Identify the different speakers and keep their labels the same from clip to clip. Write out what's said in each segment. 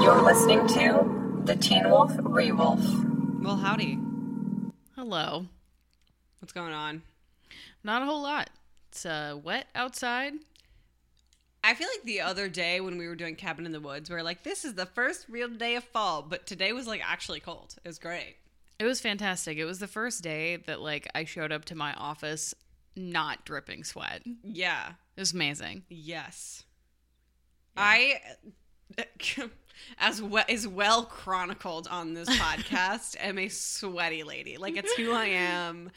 Speaker 1: You're listening to the Teen Wolf Rewolf.
Speaker 2: Well, howdy.
Speaker 3: Hello.
Speaker 2: What's going on?
Speaker 3: Not a whole lot. It's uh, wet outside.
Speaker 2: I feel like the other day when we were doing Cabin in the Woods, we were like, this is the first real day of fall, but today was like actually cold. It was great.
Speaker 3: It was fantastic. It was the first day that like I showed up to my office not dripping sweat. It
Speaker 2: Yeah.
Speaker 3: was amazing.
Speaker 2: Yes. I, as well, is well chronicled on this podcast, am a sweaty lady. Like it's who I am.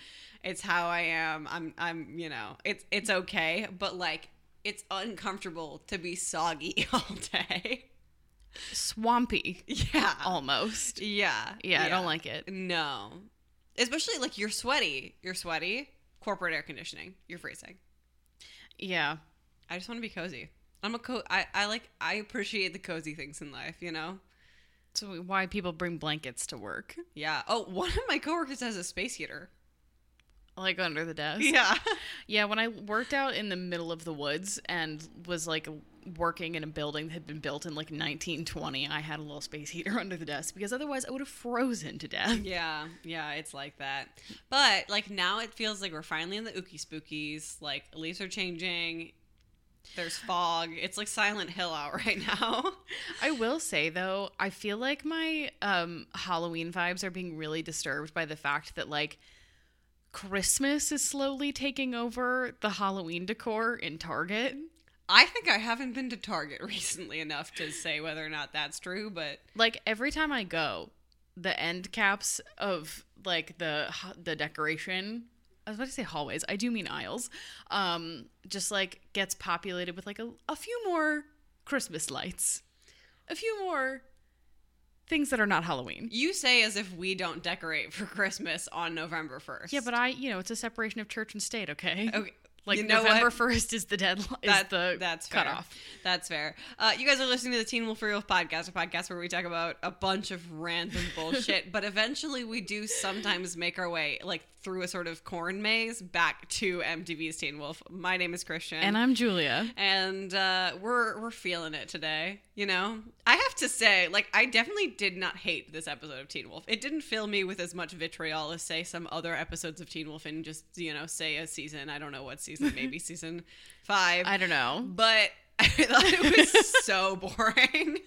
Speaker 2: It's how I am. I'm. I'm. You know. It's. It's okay. But like, it's uncomfortable to be soggy all day.
Speaker 3: Swampy
Speaker 2: Yeah.
Speaker 3: almost. Yeah,
Speaker 2: Yeah.
Speaker 3: I don't like it.
Speaker 2: No. Especially like you're sweaty. You're sweaty. Corporate air conditioning. You're freezing.
Speaker 3: Yeah.
Speaker 2: I just want to be cozy. I'm a co. I, I like. I appreciate the cozy things in life. You know.
Speaker 3: So why people bring blankets to work?
Speaker 2: Yeah. Oh, one of my coworkers has a space heater.
Speaker 3: Like under the desk.
Speaker 2: Yeah.
Speaker 3: Yeah, when I worked out in the middle of the woods and was like working in a building that had been built in like 1920, I had a little space heater under the desk because otherwise I would have frozen to death.
Speaker 2: Yeah. Yeah. It's like that. But like now, it feels like we're finally in the ookie spookies. Like leaves are changing. There's fog. It's like Silent Hill out right now.
Speaker 3: I will say though, I feel like my um, Halloween vibes are being really disturbed by the fact that like Christmas is slowly taking over the Halloween decor in Target.
Speaker 2: I think I haven't been to Target recently enough to say whether or not that's true, but
Speaker 3: Like every time I go, the end caps of like the the decoration. I was about to say hallways. I do mean aisles. Um, just like gets populated with like a, a few more Christmas lights, a few more things that are not Halloween.
Speaker 2: you say as if we don't decorate for Christmas on November 1st.
Speaker 3: Yeah, but I, you know, it's a separation of church and state, okay?
Speaker 2: Okay.
Speaker 3: Like
Speaker 2: you know
Speaker 3: November
Speaker 2: what?
Speaker 3: first is the deadline.
Speaker 2: That-
Speaker 3: Is the
Speaker 2: that's fair.
Speaker 3: cutoff.
Speaker 2: That's fair. Uh, you guys are listening to the Teen Wolf Real podcast, a podcast where we talk about a bunch of random bullshit, but eventually we do sometimes make our way like through a sort of corn maze back to MTV's Teen Wolf. My name is Christian,
Speaker 3: And I'm Julia.
Speaker 2: and uh, we're we're feeling it today. You know, I have to say, like, I definitely did not hate this episode of Teen Wolf. It didn't fill me with as much vitriol as say some other episodes of Teen Wolf, and just you know, say a season. I don't know what season, maybe season five
Speaker 3: I don't know.
Speaker 2: but I thought it was so boring.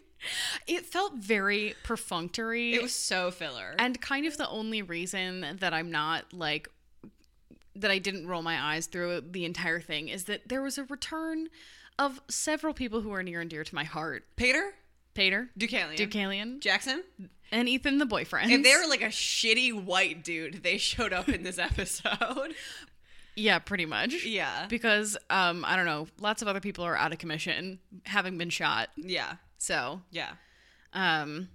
Speaker 3: It felt very perfunctory.
Speaker 2: It was so filler.
Speaker 3: and kind of the only reason that I'm not like that I didn't roll my eyes through the entire thing is that there was a return of several people who are near and dear to my heart.
Speaker 2: Peter
Speaker 3: Pater,
Speaker 2: Ducalion,
Speaker 3: Deucalion,
Speaker 2: Jackson.
Speaker 3: and Ethan the boyfriend.
Speaker 2: If they were like a shitty white dude, they showed up in this episode.
Speaker 3: yeah, pretty much.
Speaker 2: yeah,
Speaker 3: because um i don't know lots of other people are out of commission having been shot
Speaker 2: yeah,
Speaker 3: so
Speaker 2: yeah.
Speaker 3: um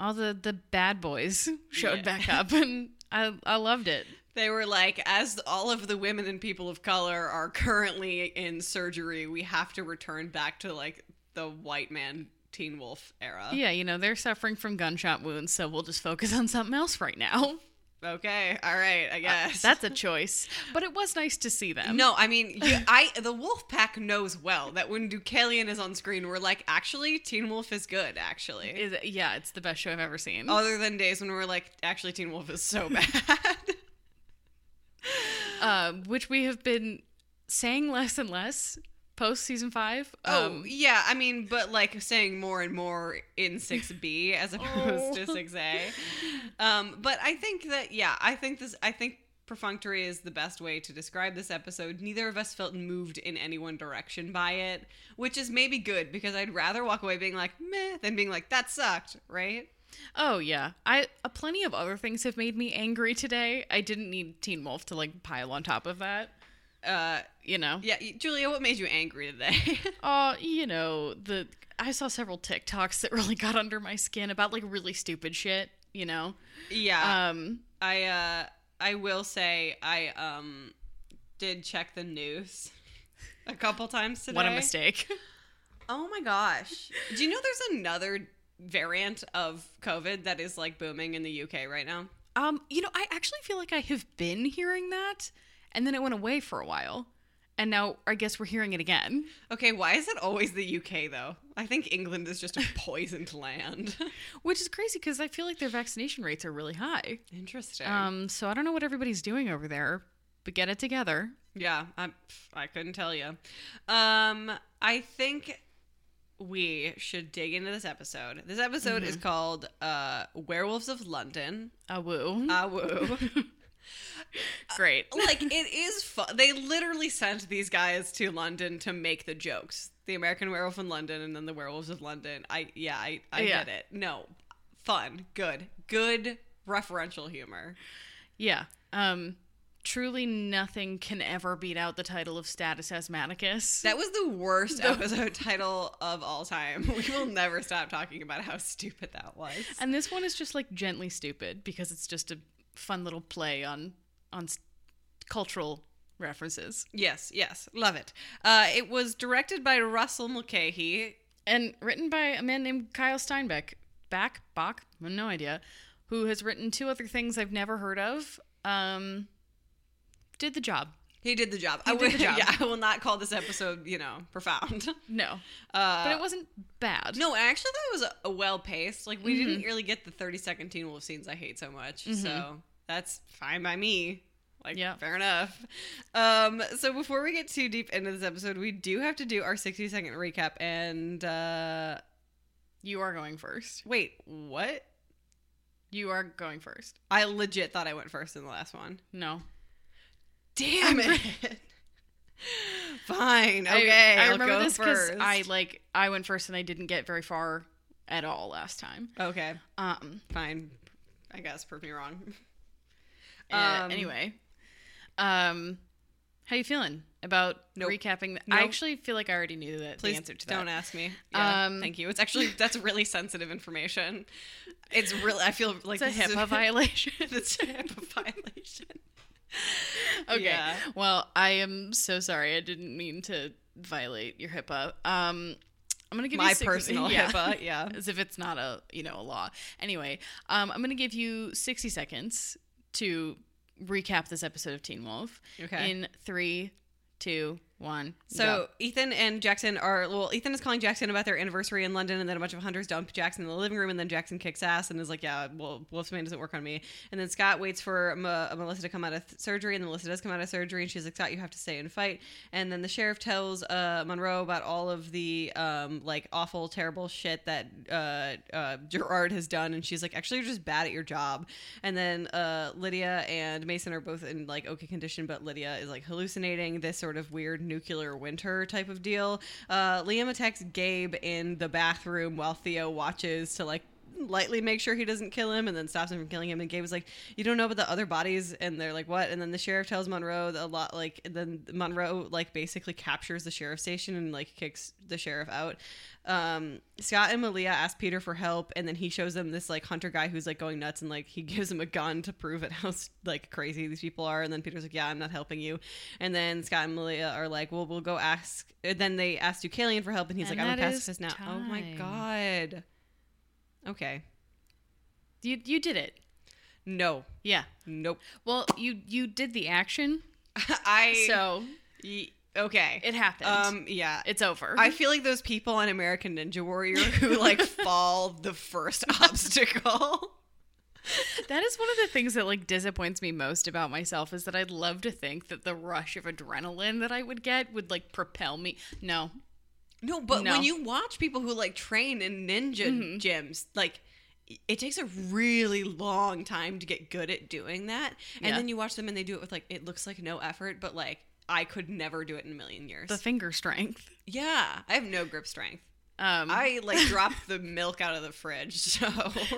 Speaker 3: all the the bad boys showed
Speaker 2: Yeah.
Speaker 3: back up and i i loved it
Speaker 2: They were like, as all of the women and people of color are currently in surgery, we have to return back to like the white man Teen Wolf era.
Speaker 3: yeah you know they're suffering from gunshot wounds so we'll just focus on something else right now
Speaker 2: Okay. All right. I guess
Speaker 3: Uh,
Speaker 2: Um,
Speaker 3: that's a choice but it was nice to see them
Speaker 2: No, I mean, you, I the Wolf Pack knows well that when Deucalion is on screen, we're like, actually, Teen Wolf is good. Actually,
Speaker 3: Is it- yeah it's the best show i've ever seen
Speaker 2: other than days when we're like, actually, Teen Wolf is so bad.
Speaker 3: um which we have been saying less and less post season five
Speaker 2: oh
Speaker 3: um
Speaker 2: yeah, I mean, but like saying more and more in six B as opposed to
Speaker 3: Oh.
Speaker 2: six A. Um, but I think that yeah, I think this. I think perfunctory is the best way to describe this episode. Neither of us felt moved in any one direction by it, which is maybe good because I'd rather walk away being like meh than being like that sucked, right?
Speaker 3: Oh yeah, I uh, plenty of other things have made me angry today. I didn't need Teen Wolf to like pile on top of that.
Speaker 2: Uh,
Speaker 3: You know,
Speaker 2: yeah, y- Julia, what made you angry today?
Speaker 3: uh, you know the I saw several TikToks that really got under my skin about like really stupid shit. You know,
Speaker 2: yeah,
Speaker 3: um,
Speaker 2: I uh, I will say I um did check the news a couple times today.
Speaker 3: what a mistake.
Speaker 2: Oh my gosh! Do you know there's another variant of COVID that is like booming in the UK right now?
Speaker 3: um, you know, I actually feel like I have been hearing that, and then it went away for a while, And now I guess we're hearing it again.
Speaker 2: Okay, why is it always the UK though? I think England is just a poisoned land.
Speaker 3: Which is crazy because I feel like their vaccination rates are really high.
Speaker 2: Interesting.
Speaker 3: Um, so I don't know what everybody's doing over there, but get it together.
Speaker 2: yeah, I, I couldn't tell you. Um, I think we should dig into this episode. This episode
Speaker 3: Mm-hmm.
Speaker 2: is called uh, "Werewolves of London."
Speaker 3: Ah, woo.
Speaker 2: Ah, woo.
Speaker 3: Great.
Speaker 2: like it is fun. They literally sent these guys to London to make the jokes. The American Werewolf in London and then the Werewolves of London. I yeah, I, I
Speaker 3: Yeah.
Speaker 2: get it. No, fun, good, good referential humor.
Speaker 3: Yeah. Um, truly nothing can ever beat out the title of Status Asthmaticus.
Speaker 2: That was the worst episode title of all time. We will never stop talking about how stupid that was.
Speaker 3: and this one is just like gently stupid because it's just a fun little play on on s- cultural references.
Speaker 2: yes, yes, love it. Uh, it was directed by Russell Mulcahy.
Speaker 3: and written by a man named Kyle Steinbeck, back Bach, no idea, who has written two other things I've never heard of. Um, did the job?
Speaker 2: He did the job. I
Speaker 3: did
Speaker 2: will,
Speaker 3: the job.
Speaker 2: Yeah, I will not call this episode, you know, profound.
Speaker 3: No,
Speaker 2: Uh,
Speaker 3: but it wasn't bad.
Speaker 2: No, I actually thought it was a, a well paced. Like we
Speaker 3: Mm-hmm.
Speaker 2: didn't really get the thirty second Teen Wolf scenes I hate so much. So that's fine by me. Like
Speaker 3: Yeah.
Speaker 2: fair enough. Um, so before we get too deep into this episode, we do have to do our sixty second recap. And uh,
Speaker 3: you are going first.
Speaker 2: wait, what?
Speaker 3: You are going first.
Speaker 2: I legit thought I went first in the last one.
Speaker 3: No,
Speaker 2: Damn it. Fine.
Speaker 3: I-
Speaker 2: Okay.
Speaker 3: I,
Speaker 2: I'll
Speaker 3: remember
Speaker 2: go
Speaker 3: this because
Speaker 2: first.
Speaker 3: I like I went first and I didn't get very far at all last time.
Speaker 2: Okay.
Speaker 3: Um,
Speaker 2: Fine. I guess prove me wrong.
Speaker 3: Uh,
Speaker 2: Um,
Speaker 3: anyway, um, how you feeling about
Speaker 2: Nope.
Speaker 3: recapping? th- I
Speaker 2: Nope.
Speaker 3: actually feel like I already knew that
Speaker 2: Please
Speaker 3: the answer to that.
Speaker 2: don't ask me. Yeah,
Speaker 3: Um,
Speaker 2: thank you. It's actually that's really sensitive information. It's really I feel like
Speaker 3: It's a
Speaker 2: this is
Speaker 3: HIPAA violation.
Speaker 2: It's a HIPAA violation.
Speaker 3: okay.
Speaker 2: Yeah.
Speaker 3: Well, I am so sorry. I didn't mean to violate your HIPAA. Um, I'm gonna give
Speaker 2: My
Speaker 3: you six-
Speaker 2: personal
Speaker 3: yeah.
Speaker 2: HIPAA. Yeah.
Speaker 3: as if it's not a you know a law. Anyway, um, I'm gonna give you 60 seconds to recap this episode of Teen Wolf
Speaker 2: Okay.
Speaker 3: in three, two, one.
Speaker 2: So
Speaker 3: go.
Speaker 2: Ethan and Jackson are well. Ethan is calling Jackson about their anniversary in London, and then a bunch of hunters dump Jackson in the living room, and then Jackson kicks ass and is like, "Yeah, well, Wolf's man doesn't work on me." And then Scott waits for Ma- uh, Melissa to come out of th- surgery, and then Melissa does come out of surgery, and she's like, "Scott, you have to stay and fight." And then the sheriff tells uh, Monroe about all of the um, like awful, terrible shit that uh, uh, Gerard has done, and she's like, "Actually, you're just bad at your job." And then uh, Lydia and Mason are both in like okay condition, but Lydia is like hallucinating this sort of weird nuclear winter type of deal. Uh, Liam attacks Gabe in the bathroom while Theo watches to like lightly make sure he doesn't kill him and then stops him from killing him and Gabe is like you don't know about the other bodies and they're like what and then the sheriff tells Monroe that a lot like and then Monroe like basically captures the sheriff station and like kicks the sheriff out um Scott and Malia ask Peter for help and then he shows them this like hunter guy who's like going nuts and like he gives him a gun to prove it how like crazy these people are and then Peter's like yeah I'm not helping you and then Scott and Malia are like well we'll go ask and then they ask Deucalion for help and he's
Speaker 3: And
Speaker 2: like I'm a
Speaker 3: that is
Speaker 2: pacifist now oh my
Speaker 3: time.
Speaker 2: god okay
Speaker 3: you you did it.
Speaker 2: no
Speaker 3: Yeah.
Speaker 2: Nope.
Speaker 3: Well, you you did the action,
Speaker 2: I
Speaker 3: so
Speaker 2: y- okay.
Speaker 3: it happened.
Speaker 2: um yeah.
Speaker 3: it's over.
Speaker 2: I feel like those people on American Ninja Warrior who like fall the first obstacle.
Speaker 3: That is one of the things that like disappoints me most about myself is that I'd love to think that the rush of adrenaline that I would get would like propel me. No.
Speaker 2: No, but
Speaker 3: No. Mm-hmm.
Speaker 2: when you watch people who like train in ninja gyms, like it takes a really long time to get good at doing that. And
Speaker 3: Yeah.
Speaker 2: then you watch them and they do it with like it looks like no effort, but like I could never do it in a million years.
Speaker 3: The finger strength.
Speaker 2: yeah, I have no grip strength.
Speaker 3: Um
Speaker 2: I like drop the milk out of the fridge, so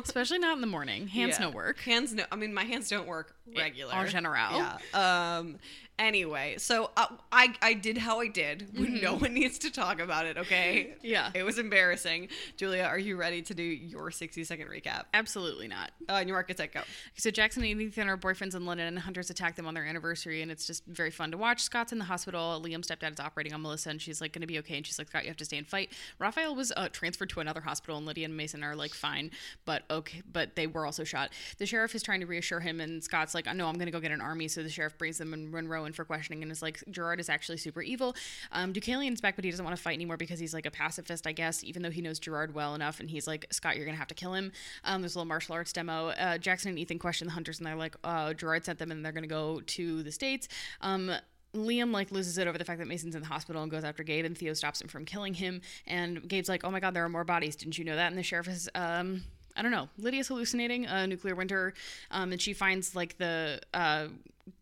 Speaker 3: especially not in the morning. Hands
Speaker 2: Yeah.
Speaker 3: no work.
Speaker 2: Hands no. I mean, my hands don't work regular.
Speaker 3: En general.
Speaker 2: Yeah. Um. Anyway, so uh, I I did how I did.
Speaker 3: Mm-hmm.
Speaker 2: No one needs to talk about it. Okay.
Speaker 3: Yeah.
Speaker 2: It was embarrassing. Julia, are you ready to do your sixty second recap?
Speaker 3: Absolutely not.
Speaker 2: Uh, New York, it's like go.
Speaker 3: So Jackson and Ethan are boyfriends in London, and hunters attack them on their anniversary, and it's just very fun to watch. Scott's in the hospital. Liam's stepdad is operating on Melissa, and she's like going to be okay, and she's like, Scott, you have to stay and fight. Raphael was uh, transferred to another hospital, and Lydia and Mason are like fine, but okay, but they were also shot. The sheriff is trying to reassure him, and Scott's like, I know I'm going to go get an army. So the sheriff brings them, and Monroe and in for questioning and is like, Gerard is actually super evil. Um, Deucalion's back, but he doesn't want to fight anymore because he's like a pacifist, I guess, even though he knows Gerard well enough. And he's like, Scott, you're going to have to kill him. Um, there's a little martial arts demo. Uh, Jackson and Ethan question the hunters, and they're like, uh, Gerard sent them, and they're going to go to the States. Um, Liam like loses it over the fact that Mason's in the hospital and goes after Gabe, and Theo stops him from killing him. And Gabe's like, "Oh my God, there are more bodies! Didn't you know that?" And the sheriff is, um, I don't know. Lydia's hallucinating a nuclear winter, um, and she finds like the uh,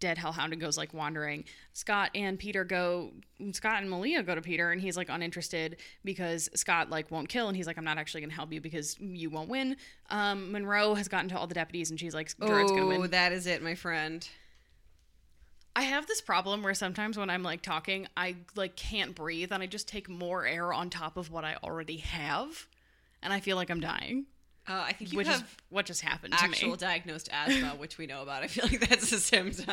Speaker 3: dead hellhound and goes like wandering. Scott and Peter go. Scott and Malia go to Peter, and he's like uninterested because Scott like won't kill, and he's like, "I'm not actually going to help you because you won't win." Um, Monroe has gotten to all the deputies, and she's like, "Gerard's going to win."
Speaker 2: Oh, that is it, my friend.
Speaker 3: I have this problem where sometimes when I'm like talking, I like can't breathe and I just take more air on top of what I already have and I feel like I'm dying,
Speaker 2: Uh, I think you
Speaker 3: which is
Speaker 2: have
Speaker 3: what just happened to
Speaker 2: actual
Speaker 3: me.
Speaker 2: diagnosed asthma, which we know about. I feel like that's a symptom.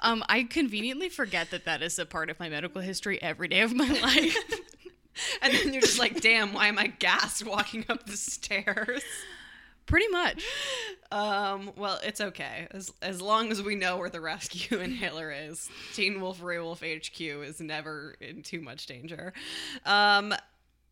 Speaker 3: um I conveniently forget that that is a part of my medical history every day of my life.
Speaker 2: and then you're just like, damn, why am I gassed walking up the stairs?
Speaker 3: Pretty much.
Speaker 2: Um, well, it's okay. As, as long as we know where the rescue inhaler is, Teen Wolf Ray Wolf HQ is never in too much danger. Um,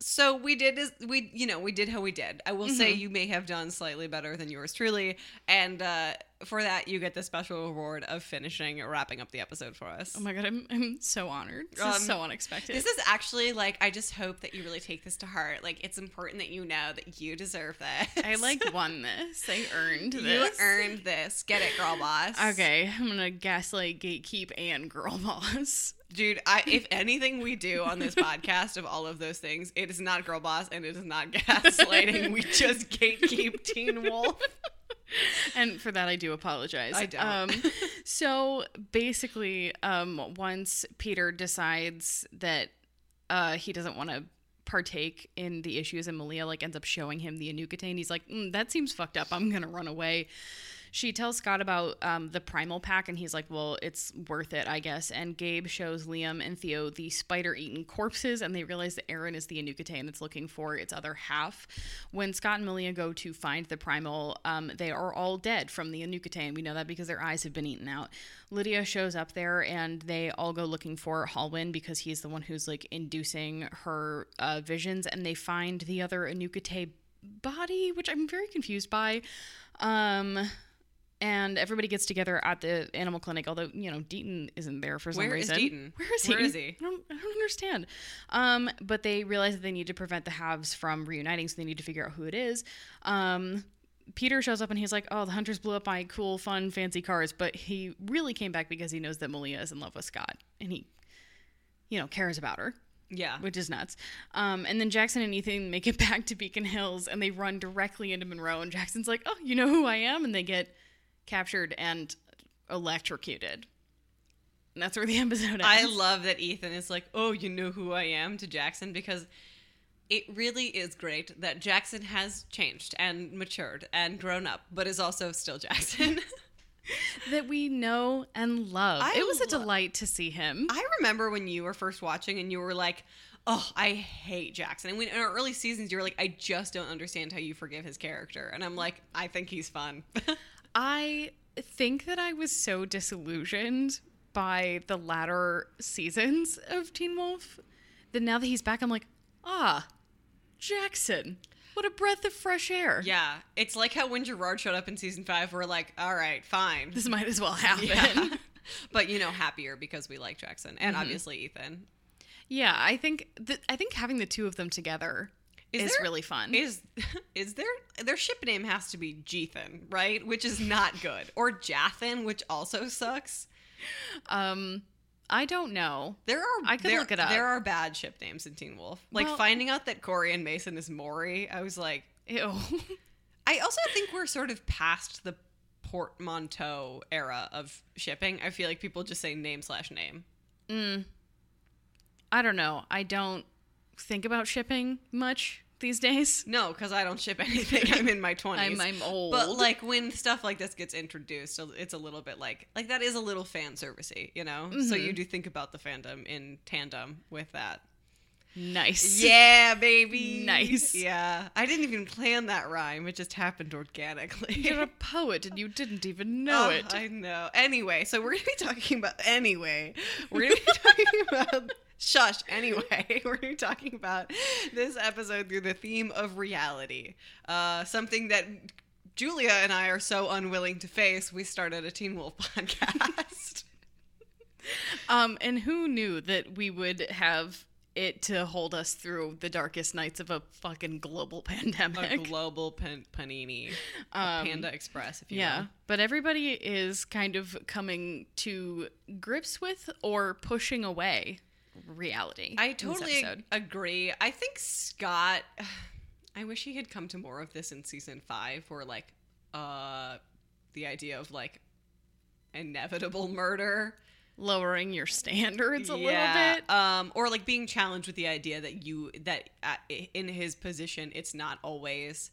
Speaker 2: so we did as we you know we did how we did. I will say
Speaker 3: Mm-hmm.
Speaker 2: you may have done slightly better than yours truly, and uh, for that you get the special reward of finishing wrapping up the episode for us.
Speaker 3: Oh my god, I'm I'm so honored. This
Speaker 2: Um,
Speaker 3: is so unexpected.
Speaker 2: This is actually like I just hope that you really take this to heart. Like it's important that you know that you deserve this.
Speaker 3: I like won this. I earned
Speaker 2: you
Speaker 3: this.
Speaker 2: earned this. Get it, girl boss.
Speaker 3: Okay, I'm gonna gaslight, gatekeep, and girl boss.
Speaker 2: Dude, I, if anything we do on this podcast of all of those things, it is not girl boss and it is not gaslighting. we just gatekeep Teen Wolf.
Speaker 3: and for that I do apologize.
Speaker 2: I don't.
Speaker 3: Um, so basically, um, once Peter decides that uh, he doesn't want to partake in the issues, and Malia like ends up showing him the Anukitain, he's like, mm, "That seems fucked up. I'm gonna run away." She tells Scott about um, the primal pack, and he's like, "Well, it's worth it, I guess." And Gabe shows Liam and Theo the spider-eaten corpses, and they realize that Aaron is the Anukitain that's looking for its other half. When Scott and Malia go to find the primal, um, they are all dead from the Anukitain. We know that because their eyes have been eaten out. Lydia shows up there, and they all go looking for Hallwin because he's the one who's like inducing her uh, visions, and they find the other Anukitai body, which I'm very confused by. Um, and everybody gets together at the animal clinic. Although you know Deaton isn't there for some
Speaker 2: Where is
Speaker 3: reason.
Speaker 2: Deaton?
Speaker 3: Where is he?
Speaker 2: Where is he?
Speaker 3: I don't, I don't understand. Um, but they realize that they need to prevent the halves from reuniting, so they need to figure out who it is. Um, Peter shows up and he's like, "Oh, the hunters blew up my cool, fun, fancy cars," but he really came back because he knows that Malia is in love with Scott, and he, you know, cares about her
Speaker 2: Yeah.
Speaker 3: which is nuts. Um, and then Jackson and Ethan make it back to Beacon Hills and they run directly into Monroe. And Jackson's like, oh, you know who I am? And they get captured and electrocuted. And that's where the episode ends.
Speaker 2: I love that Ethan is like, oh, you know who I am to Jackson because it really is great that Jackson has changed and matured and grown up, but is also still Jackson.
Speaker 3: that we know and love.
Speaker 2: I
Speaker 3: it was a
Speaker 2: lo-
Speaker 3: delight to see him.
Speaker 2: I remember when you were first watching and you were like, "Oh, I hate Jackson." And when in our early seasons, you were like, "I just don't understand how you forgive his character." And I'm like, "I think he's fun."
Speaker 3: I think that I was so disillusioned by the latter seasons of Teen Wolf that now that he's back, I'm like, ah, Jackson. What a breath of fresh air.
Speaker 2: yeah, it's like how when Gerard showed up in season five, we're like, "All right, fine."
Speaker 3: This might as well happen.
Speaker 2: Yeah.
Speaker 3: Yeah, Mm-hmm.
Speaker 2: but you know, happier because we like Jackson and obviously Ethan.
Speaker 3: I think th- I think having the two of them together
Speaker 2: Is
Speaker 3: is,
Speaker 2: there-
Speaker 3: really fun.
Speaker 2: Is is their their ship name has to be Jethan, right? Which is not good, or Jathan, which also sucks.
Speaker 3: um, I don't know.
Speaker 2: There are
Speaker 3: I could
Speaker 2: there,
Speaker 3: look it up.
Speaker 2: There are bad ship names in Teen Wolf. Like
Speaker 3: Well-
Speaker 2: finding out that Corey and Mason is Maury, I was like,
Speaker 3: Ew.
Speaker 2: I also think we're sort of past the portmanteau era of shipping. I feel like people just say name slash name.
Speaker 3: mm. I don't know. I don't think about shipping much these days.
Speaker 2: No, because I don't ship anything. I'm in my twenties.
Speaker 3: I'm I'm old.
Speaker 2: But like when stuff like this gets introduced, it's a little bit like like that is a little fan servicey, you know. So
Speaker 3: Mhm.
Speaker 2: you do think about the fandom in tandem with that.
Speaker 3: Nice.
Speaker 2: Yeah, baby.
Speaker 3: Nice.
Speaker 2: Yeah. I didn't even plan that rhyme. It just happened organically.
Speaker 3: You're a poet and you didn't even know
Speaker 2: Oh,
Speaker 3: it.
Speaker 2: I know. Anyway, so we're gonna be talking about anyway. We're gonna be talking about shush. Anyway, we're gonna be talking about this episode through the theme of reality, uh, something that Julia and I are so unwilling to face. We started a Teen Wolf podcast.
Speaker 3: Um, and who knew that we would have it to hold us through the darkest nights of a fucking global
Speaker 2: a
Speaker 3: pandemic?
Speaker 2: global pan- panini, a
Speaker 3: Um,
Speaker 2: Panda Express, if you
Speaker 3: yeah,
Speaker 2: will.
Speaker 3: but everybody is kind of coming to grips with or pushing away reality.
Speaker 2: I
Speaker 3: in this
Speaker 2: totally
Speaker 3: episode.
Speaker 2: agree. I think Scott. I wish he had come to more of this in season five, where like, uh, the idea of like inevitable murder
Speaker 3: lowering your standards a
Speaker 2: Yeah,
Speaker 3: little bit.
Speaker 2: um, or like being challenged with the idea that you that uh, in his position, it's not always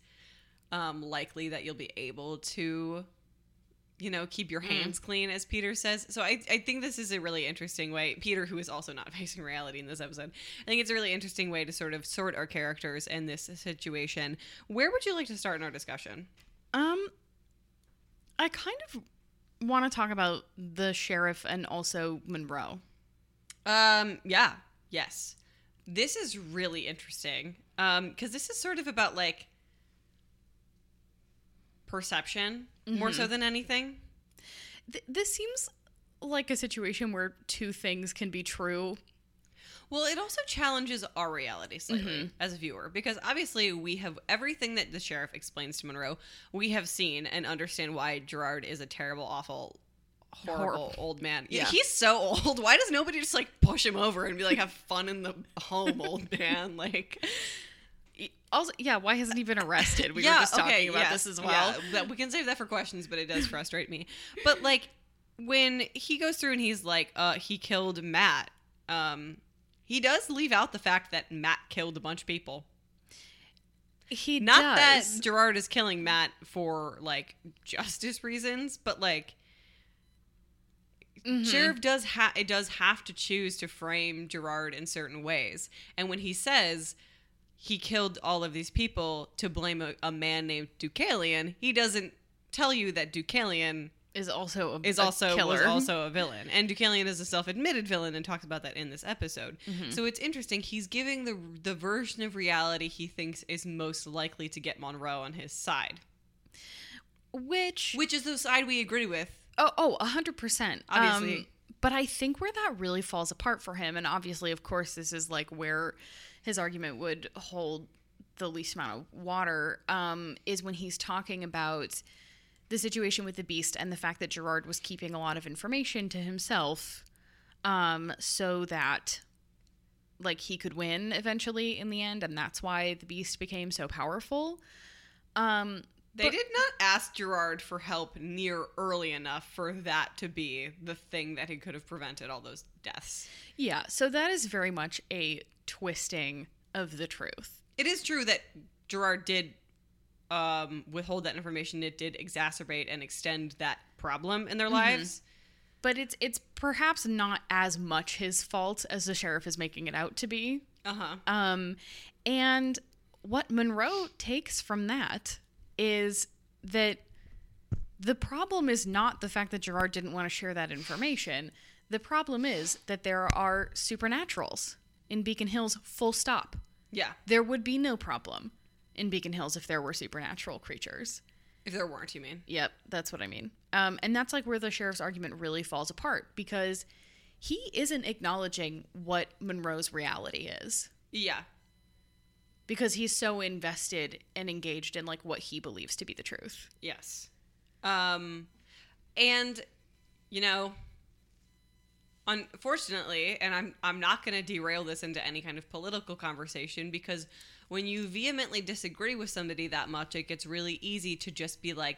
Speaker 2: um likely that you'll be able to. You know, keep
Speaker 3: Hmm.
Speaker 2: your hands clean, as Peter says. So I, I think this is a really interesting way. Peter, who is also not facing reality in this episode, I think it's a really interesting way to sort of sort our characters in this situation. Where would you like to start in our discussion?
Speaker 3: Um, I kind of want to talk about the sheriff and also Monroe.
Speaker 2: Um, yeah, yes. This is really interesting. Um, because this is sort of about like perception more so than anything.
Speaker 3: Th- this seems like a situation where two things can be true
Speaker 2: Well, it also challenges our reality slightly as a viewer because obviously we have everything that the sheriff explains to Monroe, we have seen and understand why Gerard is a terrible, awful, horrible old man. Yeah.
Speaker 3: Yeah.
Speaker 2: He's so old. Why does nobody just like push him over and be like, have fun in the home, old man? Like,
Speaker 3: also yeah why hasn't he been arrested we were just talking about
Speaker 2: yes,
Speaker 3: this as well
Speaker 2: yeah, that- we can save that for questions, but it does frustrate me. But like when he goes through and he's like, uh, he killed Matt. Um, he does leave out the fact that Matt killed a bunch of people.
Speaker 3: he
Speaker 2: Not
Speaker 3: does.
Speaker 2: that Gerard is killing Matt for like justice reasons, but like
Speaker 3: Mhm.
Speaker 2: sheriff does ha- it does have to choose to frame Gerard in certain ways. And when he says he killed all of these people to blame a, a man named Deucalion, he doesn't tell you that Deucalion
Speaker 3: is also a,
Speaker 2: is
Speaker 3: a
Speaker 2: also
Speaker 3: killer
Speaker 2: was also a villain, and Deucalion is a self-admitted villain, and talks about that in this episode.
Speaker 3: Mm-hmm.
Speaker 2: So it's interesting. He's giving the the version of reality he thinks is most likely to get Monroe on his side,
Speaker 3: which
Speaker 2: which is the side we agree with.
Speaker 3: Oh, oh, a hundred percent.
Speaker 2: Obviously.
Speaker 3: Um, but I think where that really falls apart for him, and obviously, of course, this is like where his argument would hold the least amount of water, um, is when he's talking about the situation with the beast and the fact that Gerard was keeping a lot of information to himself, um, so that like he could win eventually in the end, and that's why the beast became so powerful. Um,
Speaker 2: They did not ask Gerard for help near early enough for that to be the thing that he could have prevented all those deaths.
Speaker 3: Yeah, so that is very much a twisting of the truth.
Speaker 2: It is true that Gerard did um, withhold that information. It did exacerbate and extend that problem in their lives.
Speaker 3: But it's it's perhaps not as much his fault as the sheriff is making it out to be.
Speaker 2: Uh huh.
Speaker 3: Um and what Monroe takes from that is that the problem is not the fact that Gerard didn't want to share that information. The problem is that there are supernaturals in Beacon Hills full stop.
Speaker 2: Yeah.
Speaker 3: There would be no problem in Beacon Hills if there were supernatural creatures.
Speaker 2: If there weren't, you mean?
Speaker 3: Yep, that's what I mean. Um, and that's like where the sheriff's argument really falls apart because he isn't acknowledging what Monroe's reality is
Speaker 2: Yeah.
Speaker 3: because he's so invested and engaged in like what he believes to be the truth.
Speaker 2: Yes. Um, and you know, unfortunately, and I'm I'm not going to derail this into any kind of political conversation because when you vehemently disagree with somebody that much, it gets really easy to just be like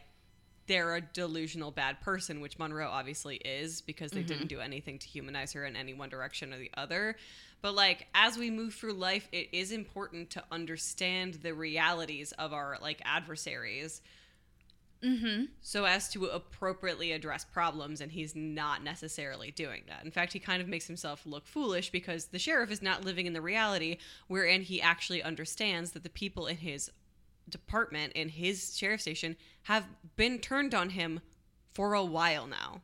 Speaker 2: they're a delusional bad person, which Monroe obviously is because they didn't do anything to humanize her in any one direction or the other. But like as we move through life, it is important to understand the realities of our like adversaries
Speaker 3: Mm-hmm.
Speaker 2: so as to appropriately address problems, and he's not necessarily doing that. In fact, he kind of makes himself look foolish because the sheriff is not living in the reality wherein he actually understands that the people in his department, in his sheriff station, have been turned on him for a while now.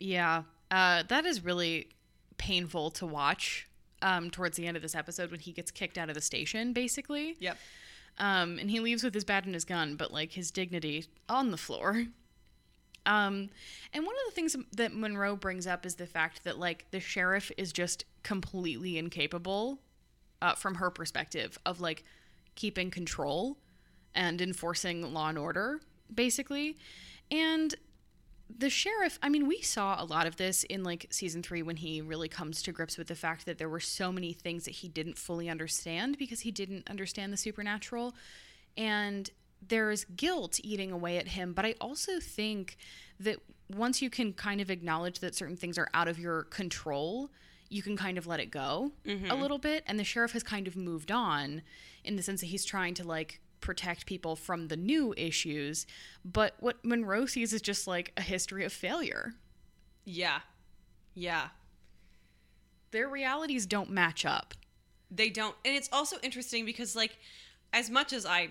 Speaker 3: Yeah, uh, that is really painful to watch. Um, towards the end of this episode, when he gets kicked out of the station, basically,
Speaker 2: Yep.
Speaker 3: um, and he leaves with his bat and his gun, but like his dignity on the floor. Um, and one of the things that Monroe brings up is the fact that like the sheriff is just completely incapable, uh, from her perspective, of like keeping control and enforcing law and order, basically. And the sheriff, I mean, we saw a lot of this in like season three when he really comes to grips with the fact that there were so many things that he didn't fully understand because he didn't understand the supernatural. And there's guilt eating away at him. But I also think that once you can kind of acknowledge that certain things are out of your control, you can kind of let it go a little bit. And the sheriff has kind of moved on in the sense that he's trying to like protect people from the new issues. But what Monroe sees is just like a history of failure.
Speaker 2: Yeah. Yeah.
Speaker 3: Their realities don't match up.
Speaker 2: they don't and it's also interesting because like as much as i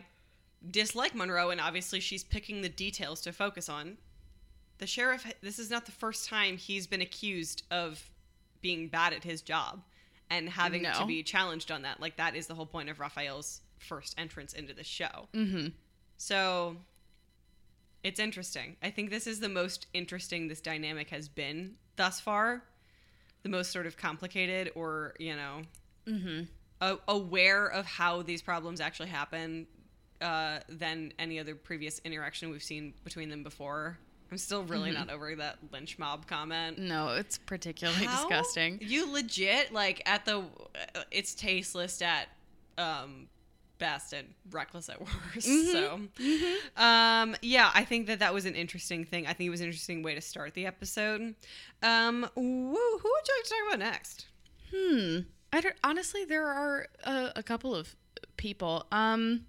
Speaker 2: dislike monroe and obviously she's picking the details to focus on the sheriff this is not the first time he's been accused of being bad at his job and having to
Speaker 3: No.
Speaker 2: be challenged on that like that is the whole point of raphael's first entrance into the show
Speaker 3: Mm-hmm.
Speaker 2: so it's interesting. I think this is the most interesting this dynamic has been thus far. The most sort of complicated or, you know, a- aware of how these problems actually happen uh, than any other previous interaction we've seen between them before. I'm still really not over that lynch mob comment.
Speaker 3: No, it's particularly
Speaker 2: How?
Speaker 3: disgusting.
Speaker 2: You legit, like, at the, uh, it's tasteless at um, best and reckless at worst.
Speaker 3: Mm-hmm.
Speaker 2: So, um, yeah, I think that that was an interesting thing. I think it was an interesting way to start the episode. Um, woo, who would you like to talk about next?
Speaker 3: Hmm. I don't, honestly, there are a, a couple of people. Um,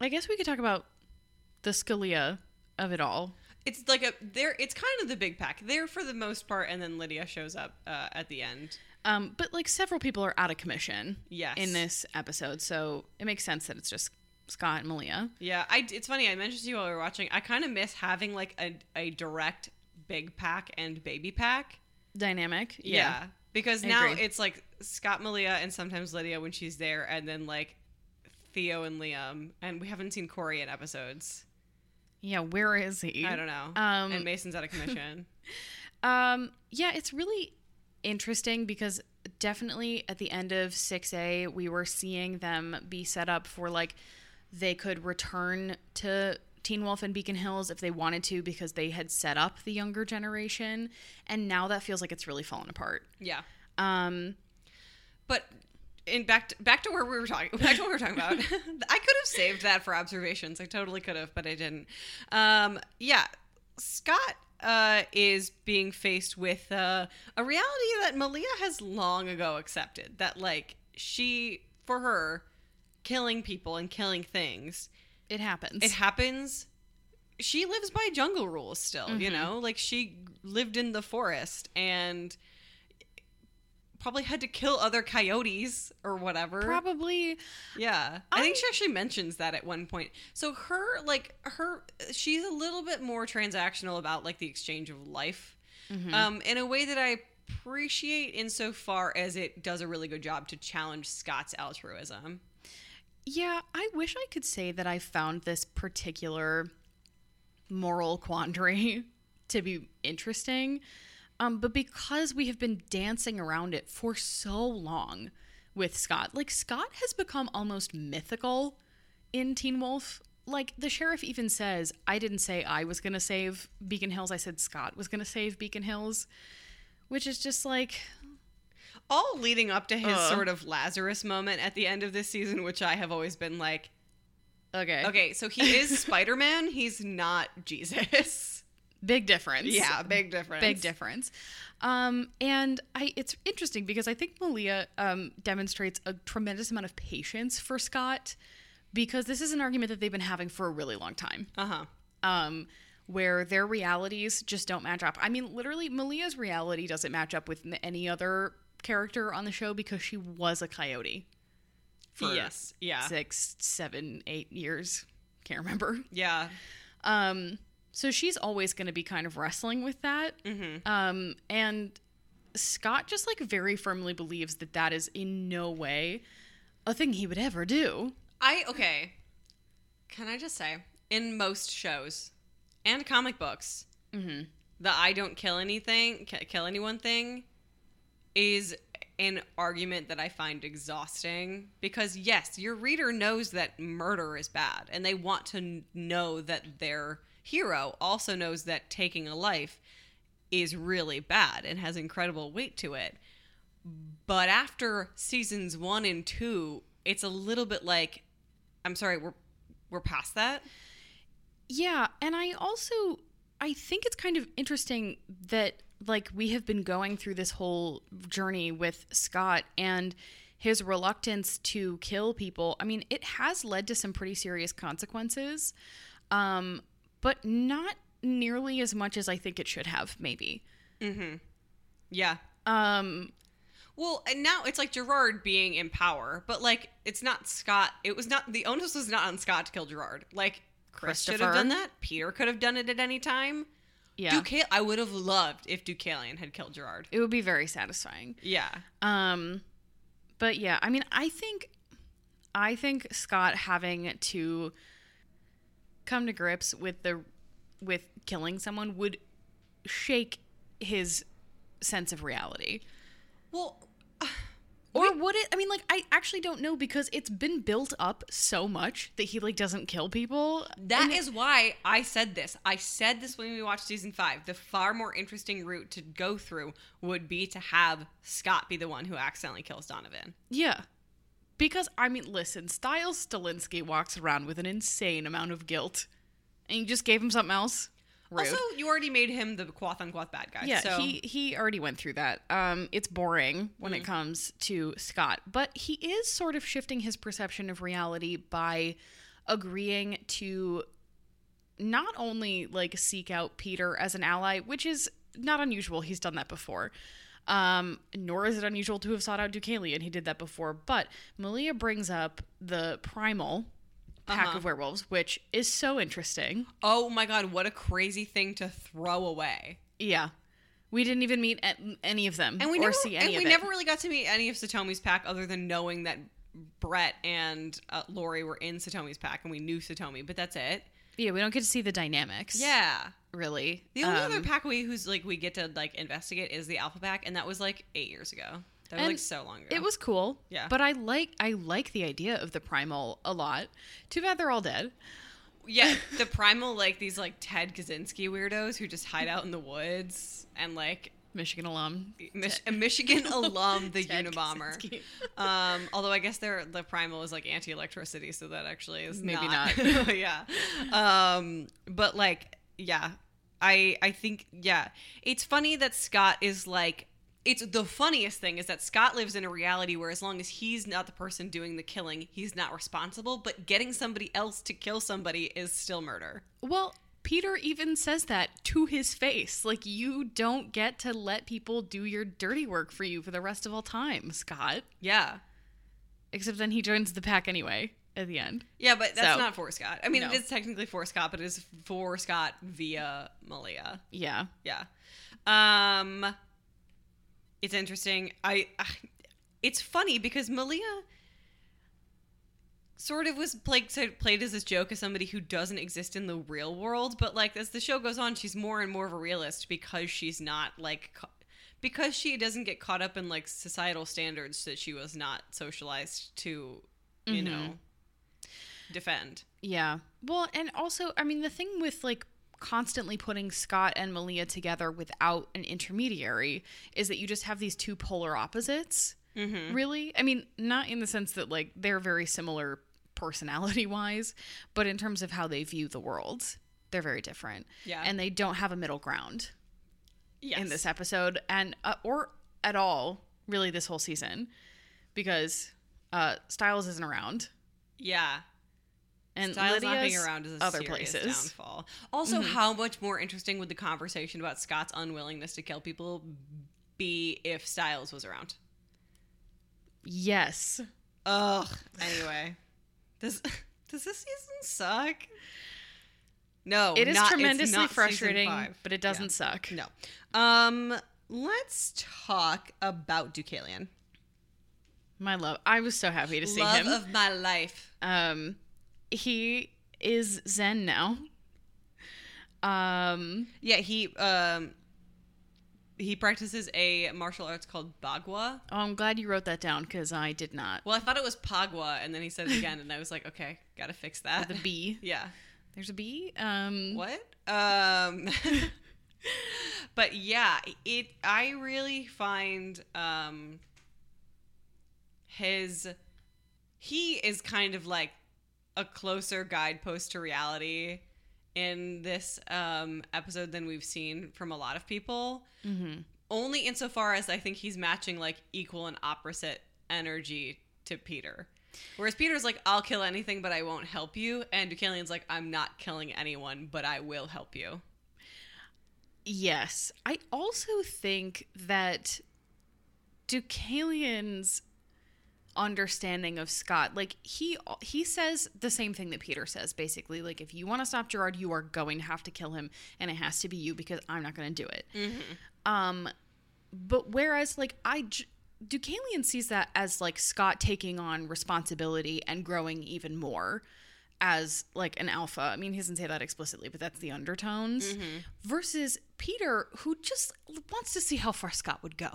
Speaker 3: I guess we could talk about the Scalia of it all.
Speaker 2: It's like a there. It's kind of the big pack there for the most part, and then Lydia shows up uh, at the end.
Speaker 3: Um, but like several people are out of commission
Speaker 2: Yes.
Speaker 3: in this episode, so it makes sense that it's just Scott and Malia.
Speaker 2: Yeah, I, it's funny. I mentioned to you while we were watching. I kind of miss having like a a direct big pack and baby pack.
Speaker 3: Dynamic.
Speaker 2: Yeah. Because
Speaker 3: I
Speaker 2: now
Speaker 3: agree.
Speaker 2: it's like Scott Malia and sometimes Lydia when she's there, and then like Theo and Liam, and we haven't seen Corey in episodes.
Speaker 3: Yeah, where is he?
Speaker 2: I don't know.
Speaker 3: Um,
Speaker 2: and Mason's out of commission.
Speaker 3: Um, yeah, it's really interesting because definitely at the end of 6A, we were seeing them be set up for like they could return to Teen Wolf and Beacon Hills if they wanted to because they had set up the younger generation. And now that feels like it's really fallen apart.
Speaker 2: yeah.
Speaker 3: Um,
Speaker 2: But in back to, back to where we were talking back to what we were talking about. I could have saved that for observations. I totally could have, but I didn't. Um, yeah, Scott uh, is being faced with uh, a reality that Malia has long ago accepted that like she for her killing people and killing things
Speaker 3: it happens.
Speaker 2: it happens she lives by jungle rules still you know like she lived in the forest and probably had to kill other coyotes or whatever
Speaker 3: Probably.
Speaker 2: yeah I, think
Speaker 3: I-
Speaker 2: she actually mentions that at one point so her like her she's a little bit more transactional about like the exchange of life um, in a way that i appreciate insofar as it does a really good job to challenge scott's altruism
Speaker 3: Yeah, I wish I could say that I found this particular moral quandary to be interesting. Um, but because we have been dancing around it for so long with Scott, like Scott has become almost mythical in Teen Wolf. Like the sheriff even says, I didn't say I was going to save Beacon Hills. I said Scott was going to save Beacon Hills, which is just like,
Speaker 2: all leading up to his
Speaker 3: Ugh.
Speaker 2: sort of Lazarus moment at the end of this season, which I have always been like,
Speaker 3: okay,
Speaker 2: okay, so he is Spider Man, he's not Jesus.
Speaker 3: big difference.
Speaker 2: yeah, big difference.
Speaker 3: Big difference. Um, and I, it's interesting because I think Malia um, demonstrates a tremendous amount of patience for Scott because this is an argument that they've been having for a really long time.
Speaker 2: Uh huh.
Speaker 3: um, where their realities just don't match up. I mean, literally, Malia's reality doesn't match up with n- any other character on the show because she was a coyote for
Speaker 2: yes. Yeah.
Speaker 3: six, seven, eight years. Can't remember.
Speaker 2: Yeah.
Speaker 3: Um, so she's always going to be kind of wrestling with that.
Speaker 2: Mm-hmm.
Speaker 3: Um, and Scott just like very firmly believes that that is in no way a thing he would ever do.
Speaker 2: I okay. Can I just say, in most shows and comic books,
Speaker 3: Mhm.
Speaker 2: the "I don't kill anything, ki- kill anyone" thing is an argument that I find exhausting because yes, your reader knows that murder is bad, and they want to n- know that their hero also knows that taking a life is really bad and has incredible weight to it. But after seasons one and two, it's a little bit like, I'm sorry, we're we're past that.
Speaker 3: Yeah, and I also I think it's kind of interesting that like we have been going through this whole journey with Scott and his reluctance to kill people. I mean, it has led to some pretty serious consequences. Um but not nearly as much as I think it should have maybe. Mm-hmm.
Speaker 2: Yeah.
Speaker 3: Um
Speaker 2: Well, and now it's like Gerard being in power, but like it's not Scott. It was not the onus was not on Scott to kill Gerard. Like Chris should have
Speaker 3: Christopher.
Speaker 2: done that. Peter could have done it at any time.
Speaker 3: yeah.
Speaker 2: Duca- I would have loved if Deucalion had killed Gerard.
Speaker 3: It would be very satisfying.
Speaker 2: Yeah.
Speaker 3: Um, but yeah, I mean, I think, I think Scott having to come to grips with the with killing someone would shake his sense of reality.
Speaker 2: Well,
Speaker 3: Or would it? I mean, like, I actually don't know because it's been built up so much that he like doesn't kill people.
Speaker 2: That is why I said this. I said this when we watched season five. The far more interesting route to go through would be to have Scott be the one who accidentally kills Donovan.
Speaker 3: Yeah. Because, I mean, listen, Styles Stalinsky walks around with an insane amount of guilt. And you just gave him something else? Rude.
Speaker 2: Also, you already made him the quoth unquoth bad guy.
Speaker 3: yeah,
Speaker 2: so
Speaker 3: he, he already went through that. Um, it's boring when
Speaker 2: Mm.
Speaker 3: it comes to Scott, but he is sort of shifting his perception of reality by agreeing to not only like seek out Peter as an ally, which is not unusual. He's done that before. Um, nor is it unusual to have sought out Deucalion. He did that before. But Malia brings up the primal pack
Speaker 2: Uh-huh.
Speaker 3: of werewolves, which is so interesting.
Speaker 2: oh my god, what a crazy thing to throw away.
Speaker 3: Yeah. We didn't even meet a- any of them
Speaker 2: And we
Speaker 3: or
Speaker 2: never,
Speaker 3: see any
Speaker 2: and
Speaker 3: of
Speaker 2: we
Speaker 3: it.
Speaker 2: never really got to meet any of Satomi's pack other than knowing that Brett and uh, Lori were in Satomi's pack, and we knew Satomi, but that's it.
Speaker 3: Yeah, we don't get to see the dynamics.
Speaker 2: Yeah.
Speaker 3: really.
Speaker 2: The only other
Speaker 3: Um,
Speaker 2: pack we who's like we get to like investigate is the Alpha Pack, and that was like eight years ago. That was like
Speaker 3: And
Speaker 2: so long ago.
Speaker 3: it was cool.
Speaker 2: Yeah.
Speaker 3: but I like I like the idea of the primal a lot. Too bad they're all dead.
Speaker 2: yeah, the primal like these like Ted Kaczynski weirdos who just hide out in the woods and like
Speaker 3: Michigan alum,
Speaker 2: Mich- a Michigan alum the
Speaker 3: Ted
Speaker 2: Unabomber.
Speaker 3: Kaczynski.
Speaker 2: Um, although I guess they're the primal is like anti-electricity, so that actually is Oh,
Speaker 3: Maybe
Speaker 2: yeah, um, but like yeah, I I think yeah, it's funny that Scott is like. It's the funniest thing is that Scott lives in a reality where as long as he's not the person doing the killing, he's not responsible, but getting somebody else to kill somebody is still murder.
Speaker 3: Well, Peter even says that to his face. Like you don't get to let people do your dirty work for you for the rest of all time, Scott.
Speaker 2: Yeah.
Speaker 3: Except then he joins the pack anyway at the end.
Speaker 2: Yeah, but that's
Speaker 3: So-
Speaker 2: not for Scott. I mean,
Speaker 3: No.
Speaker 2: it is technically for Scott, but it is for Scott via Malia.
Speaker 3: Yeah.
Speaker 2: Yeah. Um it's interesting. I, I it's funny because Malia sort of was played so played as this joke as somebody who doesn't exist in the real world, but like as the show goes on, she's more and more of a realist because she's not like ca- because she doesn't get caught up in like societal standards that she was not socialized to, you
Speaker 3: Mhm.
Speaker 2: know, defend.
Speaker 3: Yeah. Well, and also, I mean, the thing with like constantly putting Scott and Malia together without an intermediary is that you just have these two polar opposites,
Speaker 2: Mhm.
Speaker 3: really. I mean, not in the sense that like they're very similar personality wise, but in terms of how they view the world, they're very different.
Speaker 2: Yeah.
Speaker 3: And they don't have a middle ground
Speaker 2: Yes.
Speaker 3: in this episode and uh, or at all, really, this whole season because uh, Styles isn't around.
Speaker 2: Yeah.
Speaker 3: and
Speaker 2: Styles not being
Speaker 3: Lydia's
Speaker 2: around is a
Speaker 3: other
Speaker 2: serious
Speaker 3: places. Mm-hmm.
Speaker 2: downfall. Also, how much more interesting would the conversation about Scott's unwillingness to kill people be if Styles was around?
Speaker 3: Yes.
Speaker 2: Ugh. Anyway, does does this season suck? No,
Speaker 3: It is
Speaker 2: not- it's
Speaker 3: tremendously
Speaker 2: not season
Speaker 3: frustrating,
Speaker 2: five.
Speaker 3: but it
Speaker 2: Yeah.
Speaker 3: doesn't suck.
Speaker 2: No. Um, let's talk about Deucalion.
Speaker 3: My love. I was so happy to see
Speaker 2: Love
Speaker 3: him.
Speaker 2: of my life.
Speaker 3: um he is zen now. Um
Speaker 2: Yeah, he um he practices a martial arts called Bagua.
Speaker 3: oh, I'm glad you wrote that down cuz I did not.
Speaker 2: Well, I thought it was Pagua, and then he said it again, and I was like, okay, gotta fix that.
Speaker 3: The bee.
Speaker 2: yeah.
Speaker 3: There's a bee. Um
Speaker 2: What? Um. but yeah, it. I really find um. His, he is kind of like a closer guidepost to reality in this um episode than we've seen from a lot of people.
Speaker 3: Mhm.
Speaker 2: Only insofar as I think he's matching like equal and opposite energy to Peter. Whereas Peter's like, I'll kill anything, but I won't help you. And Deucalion's like, I'm not killing anyone, but I will help you.
Speaker 3: Yes. I also think that Deucalion's understanding of Scott, like he he says the same thing that Peter says, basically. Like if you want to stop Gerard, you are going to have to kill him, and it has to be you because I'm not going to do it. Um, but whereas like I. J- Deucalion sees that as like Scott taking on responsibility and growing even more as like an alpha. I mean, he doesn't say that explicitly, but that's the undertones
Speaker 2: Mm-hmm.
Speaker 3: versus Peter, who just wants to see how far Scott would go.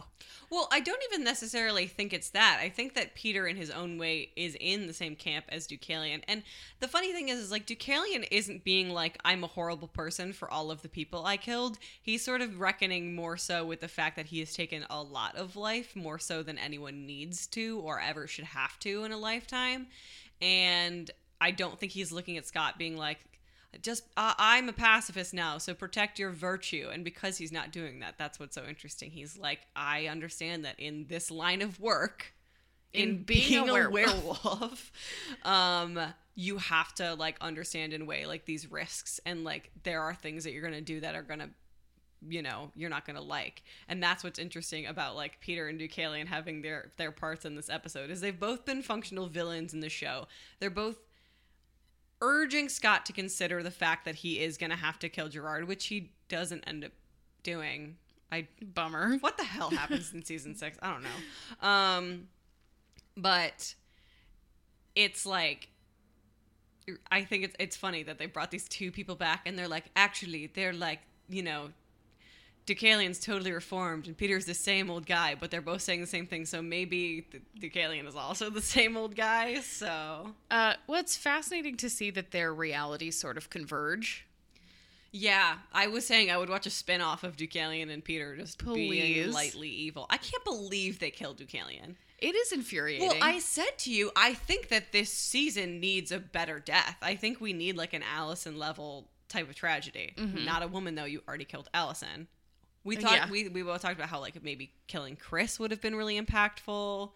Speaker 2: Well, I don't even necessarily think it's that. I think that Peter, in his own way, is in the same camp as Deucalion. And the funny thing is, is like Deucalion isn't being like, I'm a horrible person for all of the people I killed. He's sort of reckoning more so with the fact that he has taken a lot of life, more so than anyone needs to or ever should have to in a lifetime. And I don't think he's looking at Scott being like, just uh, I'm a pacifist now, so protect your virtue. And because he's not doing that, that's what's so interesting. He's like, I understand that in this line of work, in, being, a werewolf, um, you have to like understand and weigh like these risks, and like there are things that you're gonna do that are gonna you know you're not gonna like and that's what's interesting about like peter and deucalion having their their parts in this episode is they've both been functional villains in the show they're both urging scott to consider the fact that he is gonna have to kill gerard which he doesn't end up doing i
Speaker 3: Bummer.
Speaker 2: what the hell happens in season six i don't know um but it's like i think it's it's funny that they brought these two people back and they're like actually they're like you know Deucalion's totally reformed, and Peter's the same old guy, but they're both saying the same thing. So maybe the Deucalion is also the same old guy. So
Speaker 3: Uh, well, it's fascinating to see that their realities sort of converge.
Speaker 2: Yeah, I was saying I would watch a spin-off of Deucalion and Peter just being
Speaker 3: Please.
Speaker 2: lightly evil. I can't believe they killed Deucalion.
Speaker 3: It is infuriating.
Speaker 2: Well, I said to you, I think that this season needs a better death. I think we need like an Allison level type of tragedy. Not a woman though. You already killed Allison. We
Speaker 3: Uh,
Speaker 2: thought
Speaker 3: yeah.
Speaker 2: we we both talked about how like maybe killing Chris would have been really impactful.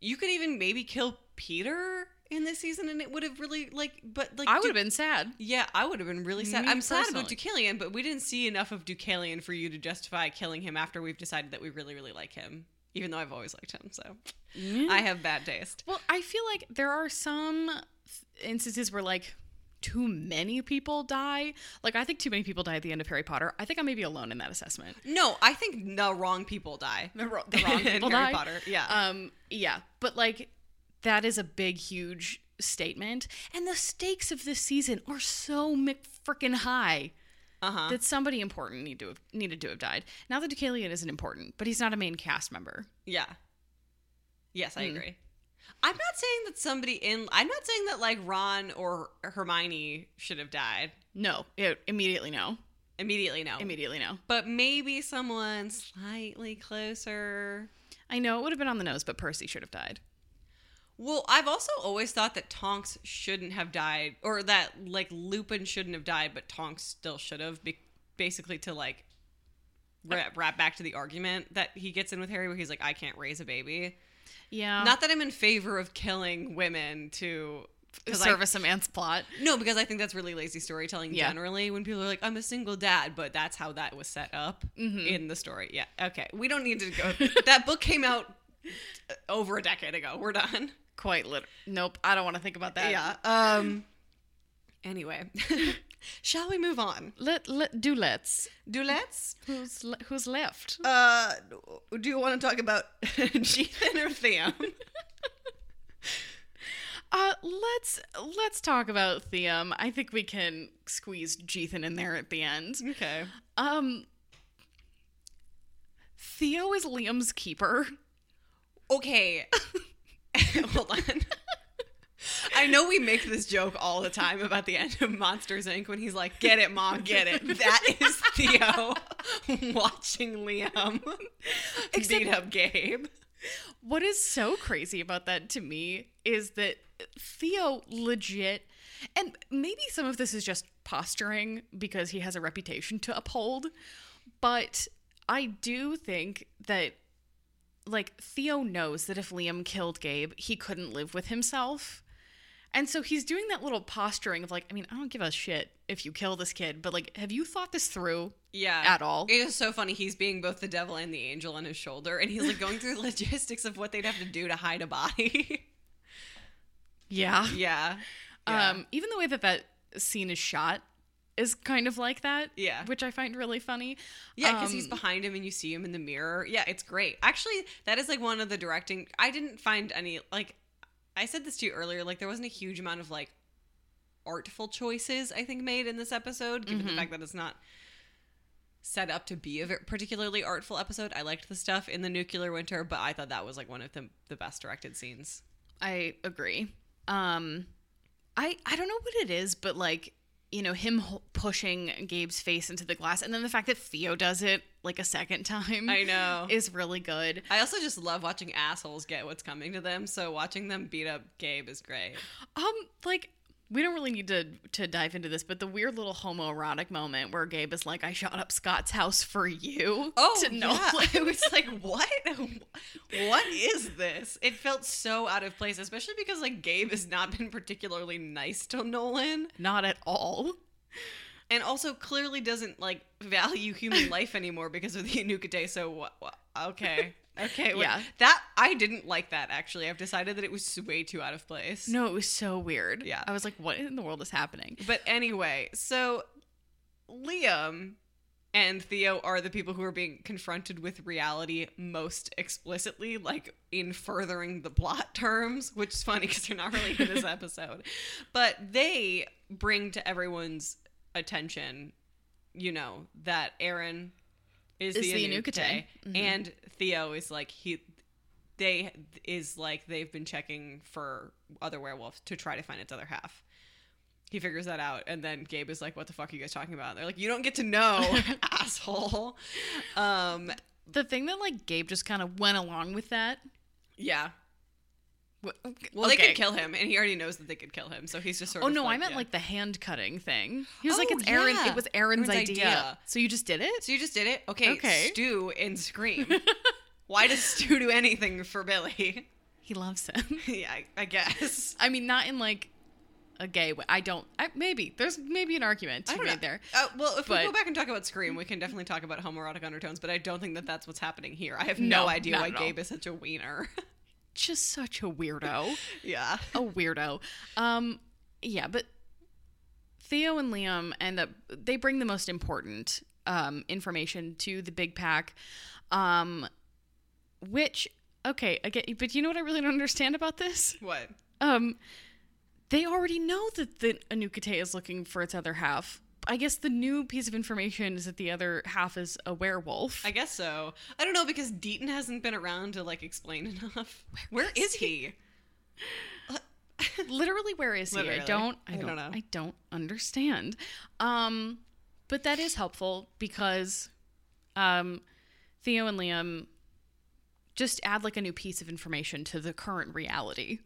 Speaker 2: You could even maybe kill Peter in this season, and it would have really like, but like
Speaker 3: I
Speaker 2: Deu-
Speaker 3: would have been sad.
Speaker 2: yeah, I would have been really sad.
Speaker 3: Me
Speaker 2: I'm sad about
Speaker 3: personally.
Speaker 2: Deucalion, but we didn't see enough of Deucalion for you to justify killing him after we've decided that we really, really like him. Even though I've always liked him, so
Speaker 3: Hmm.
Speaker 2: I have bad taste.
Speaker 3: Well, I feel like there are some th- instances where like too many people die. Like I think too many people die at the end of Harry Potter. I think I may be alone in that assessment.
Speaker 2: No, I think the wrong people die.
Speaker 3: The, wrong people
Speaker 2: in Harry
Speaker 3: die.
Speaker 2: Potter. Yeah.
Speaker 3: Um, yeah, but like that is a big, huge statement, and the stakes of this season are so freaking high
Speaker 2: Uh huh.
Speaker 3: that somebody important need to have, needed to have died. Now that Deucalion isn't important, but he's not a main cast member.
Speaker 2: Yeah. Yes,
Speaker 3: Hmm.
Speaker 2: I agree. I'm not saying that somebody in. I'm not saying that like Ron or Hermione should have died
Speaker 3: No, it, immediately no,
Speaker 2: immediately. No.
Speaker 3: immediately no.
Speaker 2: But maybe someone slightly closer.
Speaker 3: I know it would have been on the nose, but Percy should have died.
Speaker 2: Well, I've also always thought that Tonks shouldn't have died, or that like Lupin shouldn't have died, but Tonks still should have, be- basically to like
Speaker 3: Uh,
Speaker 2: wrap, wrap back to the argument that he gets in with Harry, where he's
Speaker 3: Uh-huh.
Speaker 2: like, "I can't raise a baby."
Speaker 3: Yeah,
Speaker 2: Not that I'm in favor of killing women to 'Cause I-
Speaker 3: service a man's plot.
Speaker 2: No, because I think that's really lazy storytelling
Speaker 3: Yeah.
Speaker 2: generally when people are like, I'm a single dad, but that's how that was set up
Speaker 3: Mhm.
Speaker 2: in the story. Yeah. Okay. We don't need to go. that book came out uh, over a decade ago. We're done.
Speaker 3: Quite literally. Nope. I don't want to think about that.
Speaker 2: Yeah. Um anyway. Shall we move on?
Speaker 3: Let, let do let's.
Speaker 2: Do let's
Speaker 3: Who's le- who's left?
Speaker 2: uh do you want to talk about Jethan or Theon?
Speaker 3: Uh, let's let's talk about Theum. I think we can squeeze Jethan in there at the end.
Speaker 2: okay.
Speaker 3: Um, Theo is Liam's keeper.
Speaker 2: Okay. Hold on. I know we make this joke all the time about the end of Monsters Inc. when he's like, get it, mom, get it. That is Theo watching Liam
Speaker 3: Except-
Speaker 2: beat up Gabe.
Speaker 3: What is so crazy about that to me is that Theo legit, and maybe some of this is just posturing because he has a reputation to uphold, but I do think that, like, Theo knows that if Liam killed Gabe, he couldn't live with himself. And so he's doing that little posturing of, like, I mean, I don't give a shit if you kill this kid, but, like, have you thought this through
Speaker 2: Yeah.
Speaker 3: at all?
Speaker 2: It is so funny. He's being both the devil and the angel on his shoulder, and he's like going through the logistics of what they'd have to do to hide a body.
Speaker 3: yeah.
Speaker 2: yeah. Yeah.
Speaker 3: Um, even the way that that scene is shot is kind of like that.
Speaker 2: Yeah.
Speaker 3: Which I find really funny.
Speaker 2: Yeah, because he's
Speaker 3: Um,
Speaker 2: behind him and you see him in the mirror. Yeah, it's great. Actually, that is like one of the directing. I didn't find any like. I said this to you earlier. Like there wasn't a huge amount of like artful choices I think made in this episode, given
Speaker 3: Mhm.
Speaker 2: the fact that it's not set up to be a ver- particularly artful episode. I liked the stuff in the nuclear winter, but I thought that was like one of the the best directed scenes.
Speaker 3: I agree. Um, I I don't know what it is, but like you know him ho- pushing Gabe's face into the glass, and then the fact that Theo does it like a second time
Speaker 2: I know.
Speaker 3: is really good.
Speaker 2: I also just love watching assholes get what's coming to them. So watching them beat up Gabe is great.
Speaker 3: Um, like. We don't really need to to dive into this, but the weird little homoerotic moment where Gabe is like, "I shot up Scott's house for you." to know,
Speaker 2: Oh, yeah.
Speaker 3: like,
Speaker 2: I was like, what? What is this? It felt so out of place, especially because like Gabe has not been particularly nice to Nolan,
Speaker 3: not at all.
Speaker 2: and also clearly doesn't like value human life anymore because of the Anuka Day. So what? what okay, okay, wait.
Speaker 3: Yeah.
Speaker 2: That I didn't like that actually. I've decided that it was way too out of place.
Speaker 3: No, it was so weird.
Speaker 2: Yeah.
Speaker 3: I was like, what in the world is happening?
Speaker 2: But anyway, so Liam and Theo are the people who are being confronted with reality most explicitly, like in furthering the plot terms, which is funny because they're not really in this episode. But they bring to everyone's attention, you know, that Aaron is,
Speaker 3: Is
Speaker 2: the
Speaker 3: the
Speaker 2: Anukate,
Speaker 3: Anukate. Mhm.
Speaker 2: and Theo is like he. They is like they've been checking for other werewolves to try to find its other half he figures that out and then gabe is like what the fuck are you guys talking about And they're like you don't get to know asshole um
Speaker 3: The thing that like Gabe just kind of went along with that.
Speaker 2: yeah
Speaker 3: Well,
Speaker 2: well they could kill him and he already knows that they could kill him so he's just sort
Speaker 3: Oh
Speaker 2: of
Speaker 3: no,
Speaker 2: like,
Speaker 3: I meant
Speaker 2: yeah.
Speaker 3: like the hand cutting thing. He was like,
Speaker 2: Oh,
Speaker 3: "It's Aaron.
Speaker 2: yeah.
Speaker 3: It was Aaron's,
Speaker 2: Aaron's
Speaker 3: idea.
Speaker 2: idea.
Speaker 3: So you just did it.
Speaker 2: so you just did it okay
Speaker 3: Okay.
Speaker 2: stu in scream why does stu do anything for billy
Speaker 3: He loves him.
Speaker 2: yeah I, I guess
Speaker 3: I mean, not in like a gay way. I don't. I, maybe there's maybe an argument
Speaker 2: I
Speaker 3: to be
Speaker 2: don't know.
Speaker 3: made there.
Speaker 2: Uh, well, if
Speaker 3: But-
Speaker 2: we go back and talk about Scream, we can definitely talk about homoerotic undertones, but I don't think that that's what's happening here. I have no,
Speaker 3: No,
Speaker 2: idea
Speaker 3: not
Speaker 2: why
Speaker 3: at all.
Speaker 2: Gabe is such a wiener.
Speaker 3: Just such a weirdo.
Speaker 2: yeah.
Speaker 3: a weirdo. Um, yeah, but Theo and Liam end up they bring the most important um information to the big pack. Um which okay, again but you know what I really don't understand about this?
Speaker 2: What?
Speaker 3: Um they already know that the Anukate is looking for its other half. I guess the new piece of information is that the other half is a werewolf.
Speaker 2: I guess so. I don't know because Deaton hasn't been around to like explain enough. Where is he?
Speaker 3: literally where is he?
Speaker 2: Literally.
Speaker 3: I don't I
Speaker 2: I
Speaker 3: don't,
Speaker 2: don't know.
Speaker 3: I don't understand. Um but that is helpful because um Theo and Liam just add like a new piece of information to the current reality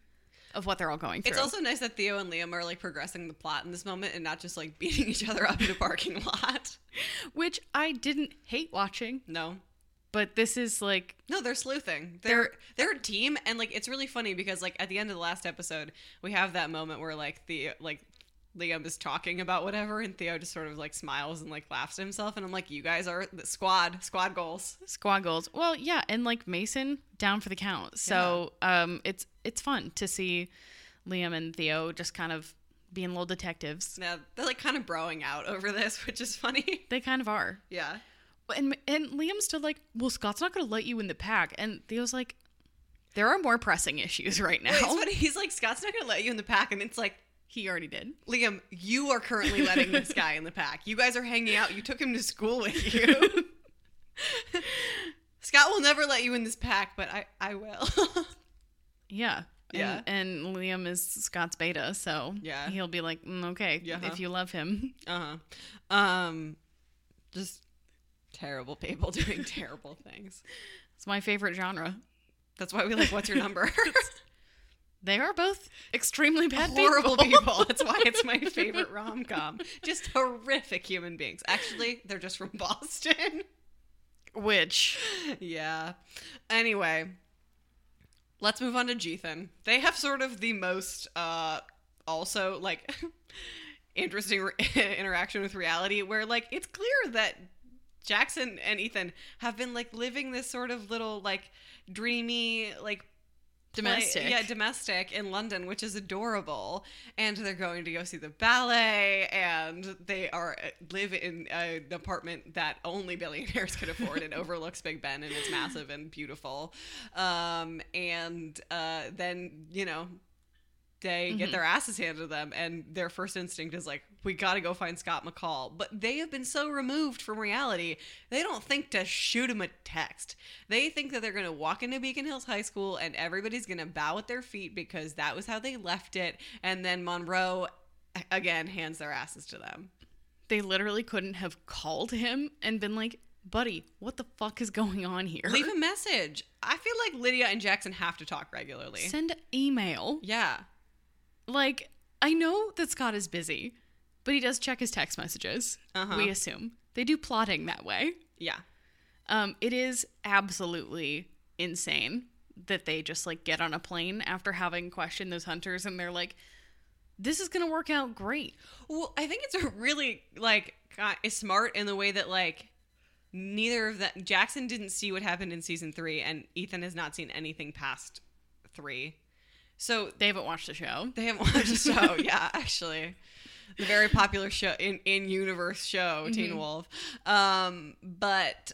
Speaker 3: of what they're all going through.
Speaker 2: It's also nice that Theo and Liam are like progressing the plot in this moment and not just like beating each other up in a parking lot.
Speaker 3: which I didn't hate watching.
Speaker 2: No.
Speaker 3: But this is like
Speaker 2: No, they're sleuthing. They're they're a team, and like it's really funny because like at the end of the last episode, we have that moment where like the like Liam is talking about whatever, and Theo just sort of like smiles and like laughs to himself, and I'm like, you guys are the squad, squad goals.
Speaker 3: squad goals. Well, yeah, and like Mason down for the count. So um, it's it's fun to see Liam and Theo just kind of being little detectives.
Speaker 2: Now they're like kind of broing out over this, which is funny.
Speaker 3: They kind of are.
Speaker 2: yeah,
Speaker 3: And and Liam's still like, well, Scott's not going to let you in the pack. And Theo's like, there are more pressing issues right now.
Speaker 2: Wait, it's funny. He's like, Scott's not gonna let you in the pack, and it's like.
Speaker 3: he already did.
Speaker 2: Liam, you are currently letting this guy in the pack. You guys are hanging out. You took him to school with you. Scott will never let you in this pack, but I, I will.
Speaker 3: Yeah.
Speaker 2: Yeah.
Speaker 3: And, and Liam is Scott's beta, so
Speaker 2: Yeah.
Speaker 3: he'll be like, mm, okay,
Speaker 2: Yeah.
Speaker 3: if you love him.
Speaker 2: uh huh. Um, just terrible people doing terrible things.
Speaker 3: It's my favorite genre.
Speaker 2: That's why we like. What's your number?
Speaker 3: They are both extremely bad
Speaker 2: Horrible
Speaker 3: people.
Speaker 2: people. That's why it's my favorite rom com. Just horrific human beings. Actually, they're just from Boston.
Speaker 3: Which
Speaker 2: yeah. Anyway, let's move on to Jethan. They have sort of the most uh also like interesting re- interaction with reality where like it's clear that Jackson and Ethan have been like living this sort of little like dreamy like play-
Speaker 3: domestic.
Speaker 2: yeah, domestic in London, which is adorable. And they're going to go see the ballet, and they are uh, live in an apartment that only billionaires could afford and overlooks Big Ben, and it's massive and beautiful. Um, and uh, then you know. They get their asses handed to them, and their first instinct is like, "We got to go find Scott McCall." But they have been so removed from reality, they don't think to shoot him a text. They think that they're going to walk into Beacon Hills High School and everybody's going to bow at their feet because that was how they left it. And then Monroe, again, hands their asses to them.
Speaker 3: they literally couldn't have called him and been like, buddy, what the fuck is going on here?
Speaker 2: Leave a message. I feel like Lydia and Jackson have to talk regularly.
Speaker 3: Send email.
Speaker 2: yeah.
Speaker 3: Like, I know that Scott is busy, but he does check his text messages.
Speaker 2: Uh-huh.
Speaker 3: We assume. They do plotting that way.
Speaker 2: Yeah.
Speaker 3: Um, it is absolutely insane that they just like get on a plane after having questioned those hunters and they're like, this is gonna work out great.
Speaker 2: Well, I think it's a really like ki- it's smart in the way that like neither of that Jackson didn't see what happened in season 3 and Ethan has not seen anything past 3. So
Speaker 3: They haven't watched the show.
Speaker 2: They haven't watched the show. yeah, actually, the very popular show in in universe show
Speaker 3: Mm-hmm.
Speaker 2: Teen Wolf. Um, but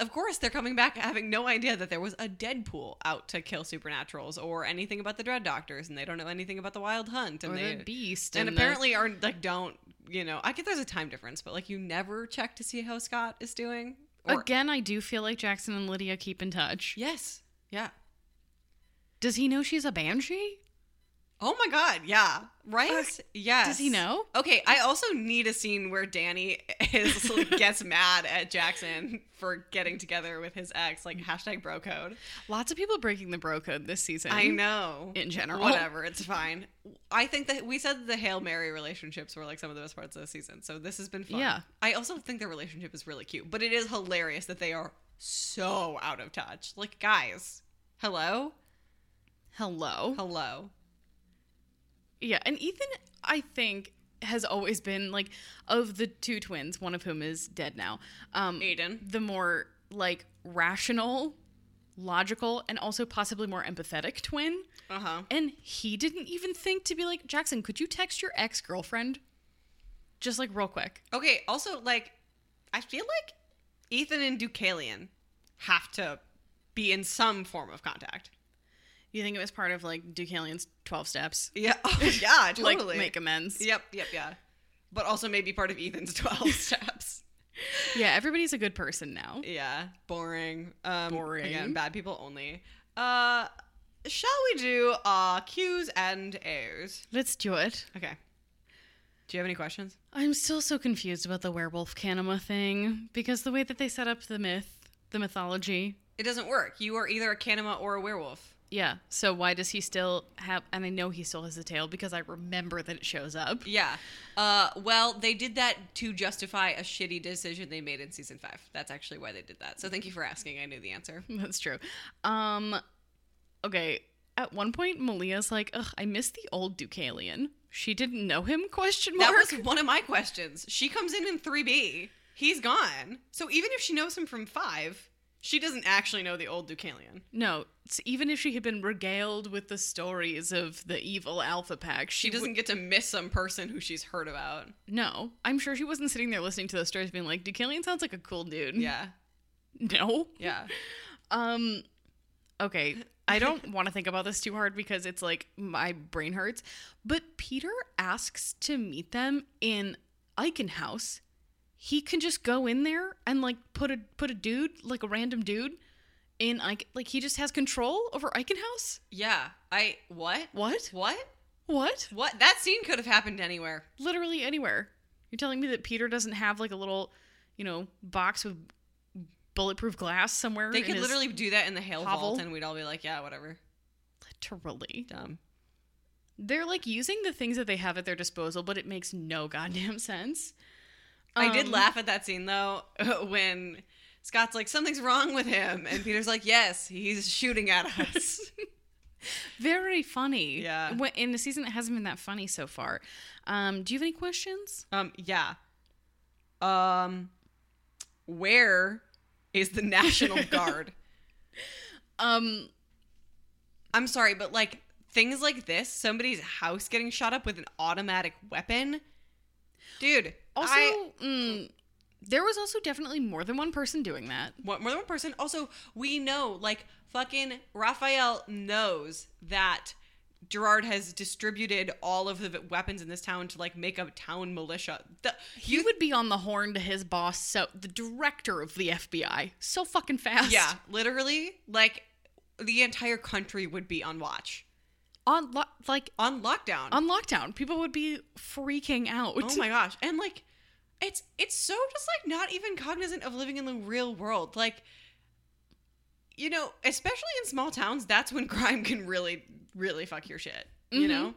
Speaker 2: of course, they're coming back having no idea that there was a Deadpool out to kill supernaturals or anything about the Dread Doctors, and they don't know anything about the Wild Hunt, and
Speaker 3: Or
Speaker 2: they
Speaker 3: the beast.
Speaker 2: and,
Speaker 3: the-
Speaker 2: apparently are like don't you know? I get there's a time difference, but like you never check to see how Scott is doing. Or,
Speaker 3: Again, I do feel like Jackson and Lydia keep in touch.
Speaker 2: yes, yeah.
Speaker 3: Does he know she's a banshee?
Speaker 2: Oh my god, yeah. Right? yes.
Speaker 3: Does he know?
Speaker 2: Okay, I also need a scene where Danny is gets mad at Jackson for getting together with his ex, like hashtag bro code.
Speaker 3: Lots of people breaking the bro code this season.
Speaker 2: I know.
Speaker 3: In general.
Speaker 2: Whatever, it's fine. I think that we said that the Hail Mary relationships were like some of the best parts of the season. So this has been fun.
Speaker 3: Yeah.
Speaker 2: I also think their relationship is really cute, but it is hilarious that they are so out of touch. Like, guys, hello?
Speaker 3: Hello.
Speaker 2: Hello.
Speaker 3: Yeah, and Ethan, I think, has always been like of the two twins, one of whom is dead now. Um,
Speaker 2: Aiden.
Speaker 3: the more like rational, logical, and also possibly more empathetic twin.
Speaker 2: Uh huh.
Speaker 3: And he didn't even think to be like Jackson. Could you text your ex girlfriend, just like real quick?
Speaker 2: Okay, also like I feel like Ethan and Deucalion have to be in some form of contact.
Speaker 3: You think it was part of like Deucalion's twelve steps,
Speaker 2: Yeah. yeah,
Speaker 3: like make amends?
Speaker 2: Yep, yep, yeah. But also maybe part of Ethan's 12 steps.
Speaker 3: Yeah, everybody's a good person now.
Speaker 2: Yeah, boring. Um
Speaker 3: Boring.
Speaker 2: again, bad people only. Uh shall we do uh cues and airs?
Speaker 3: Let's do it.
Speaker 2: Okay. Do you have any questions?
Speaker 3: I'm still so confused about the werewolf canema thing because the way that they set up the myth, the mythology.
Speaker 2: It doesn't work. You are either a canema or a werewolf.
Speaker 3: Yeah. So why does he still have? And I know he still has the tail because I remember that it shows up.
Speaker 2: Yeah. Uh, well, they did that to justify a shitty decision they made in season five. That's actually why they did that. So thank you for asking. I knew the answer.
Speaker 3: That's true. Um, okay. At one point, Malia's like, "Ugh, I miss the old Deucalion." She didn't know him? Question
Speaker 2: That
Speaker 3: mark.
Speaker 2: was one of my questions. She comes in in 3B. He's gone. So even if she knows him from five, she doesn't actually know the old Deucalion.
Speaker 3: no. it's- even if she had been regaled with the stories of the evil Alpha Pack, she,
Speaker 2: She
Speaker 3: doesn't.
Speaker 2: doesn't get to miss some person who she's heard about.
Speaker 3: no, I'm sure she wasn't sitting there listening to those stories, being like, "Deucalion sounds like a cool dude."
Speaker 2: Yeah.
Speaker 3: No.
Speaker 2: Yeah.
Speaker 3: Um okay, I don't want to think about this too hard because it's like my brain hurts, but Peter asks to meet them in Eichenhaus. He can just go in there and like put a put a dude, like a random dude in Eichen, like he just has control over Eichenhaus?
Speaker 2: Yeah. I. What?
Speaker 3: What?
Speaker 2: What?
Speaker 3: What?
Speaker 2: What? That scene could have happened anywhere.
Speaker 3: Literally anywhere. You're telling me that Peter doesn't have like a little, you know, box with bulletproof glass somewhere
Speaker 2: They
Speaker 3: in
Speaker 2: could
Speaker 3: his-
Speaker 2: literally do that in the Hail
Speaker 3: hovel?
Speaker 2: Vault and we'd all be like, yeah, whatever.
Speaker 3: literally
Speaker 2: Dumb.
Speaker 3: They're like using the things that they have at their disposal, but it makes no goddamn sense.
Speaker 2: I did
Speaker 3: Um,
Speaker 2: laugh at that scene though when Scott's like, something's wrong with him. And Peter's like, yes, he's shooting at us.
Speaker 3: Very funny.
Speaker 2: Yeah.
Speaker 3: Wh- In a season that hasn't been that funny so far. Um, do you have any questions?
Speaker 2: um, yeah. Um, where is the National Guard?
Speaker 3: Um,
Speaker 2: I'm sorry, but like things like this, somebody's house getting shot up with an automatic weapon. Dude,
Speaker 3: also,
Speaker 2: I-
Speaker 3: mm, there was also definitely more than one person doing that.
Speaker 2: one, more than one person. Also, we know, like, fucking Raphael knows that Gerard has distributed all of the weapons in this town to, like, make a town militia. The,
Speaker 3: He would be on the horn to his boss, so the director of the FBI, so fucking fast.
Speaker 2: yeah, literally, like, the entire country would be on watch,
Speaker 3: On lo- like
Speaker 2: on lockdown.
Speaker 3: on lockdown, people would be freaking out.
Speaker 2: oh my gosh. And, like, it's it's so just like not even cognizant of living in the real world. Like, you know, especially in small towns, that's when crime can really, really fuck your shit. You
Speaker 3: Mhm.
Speaker 2: know?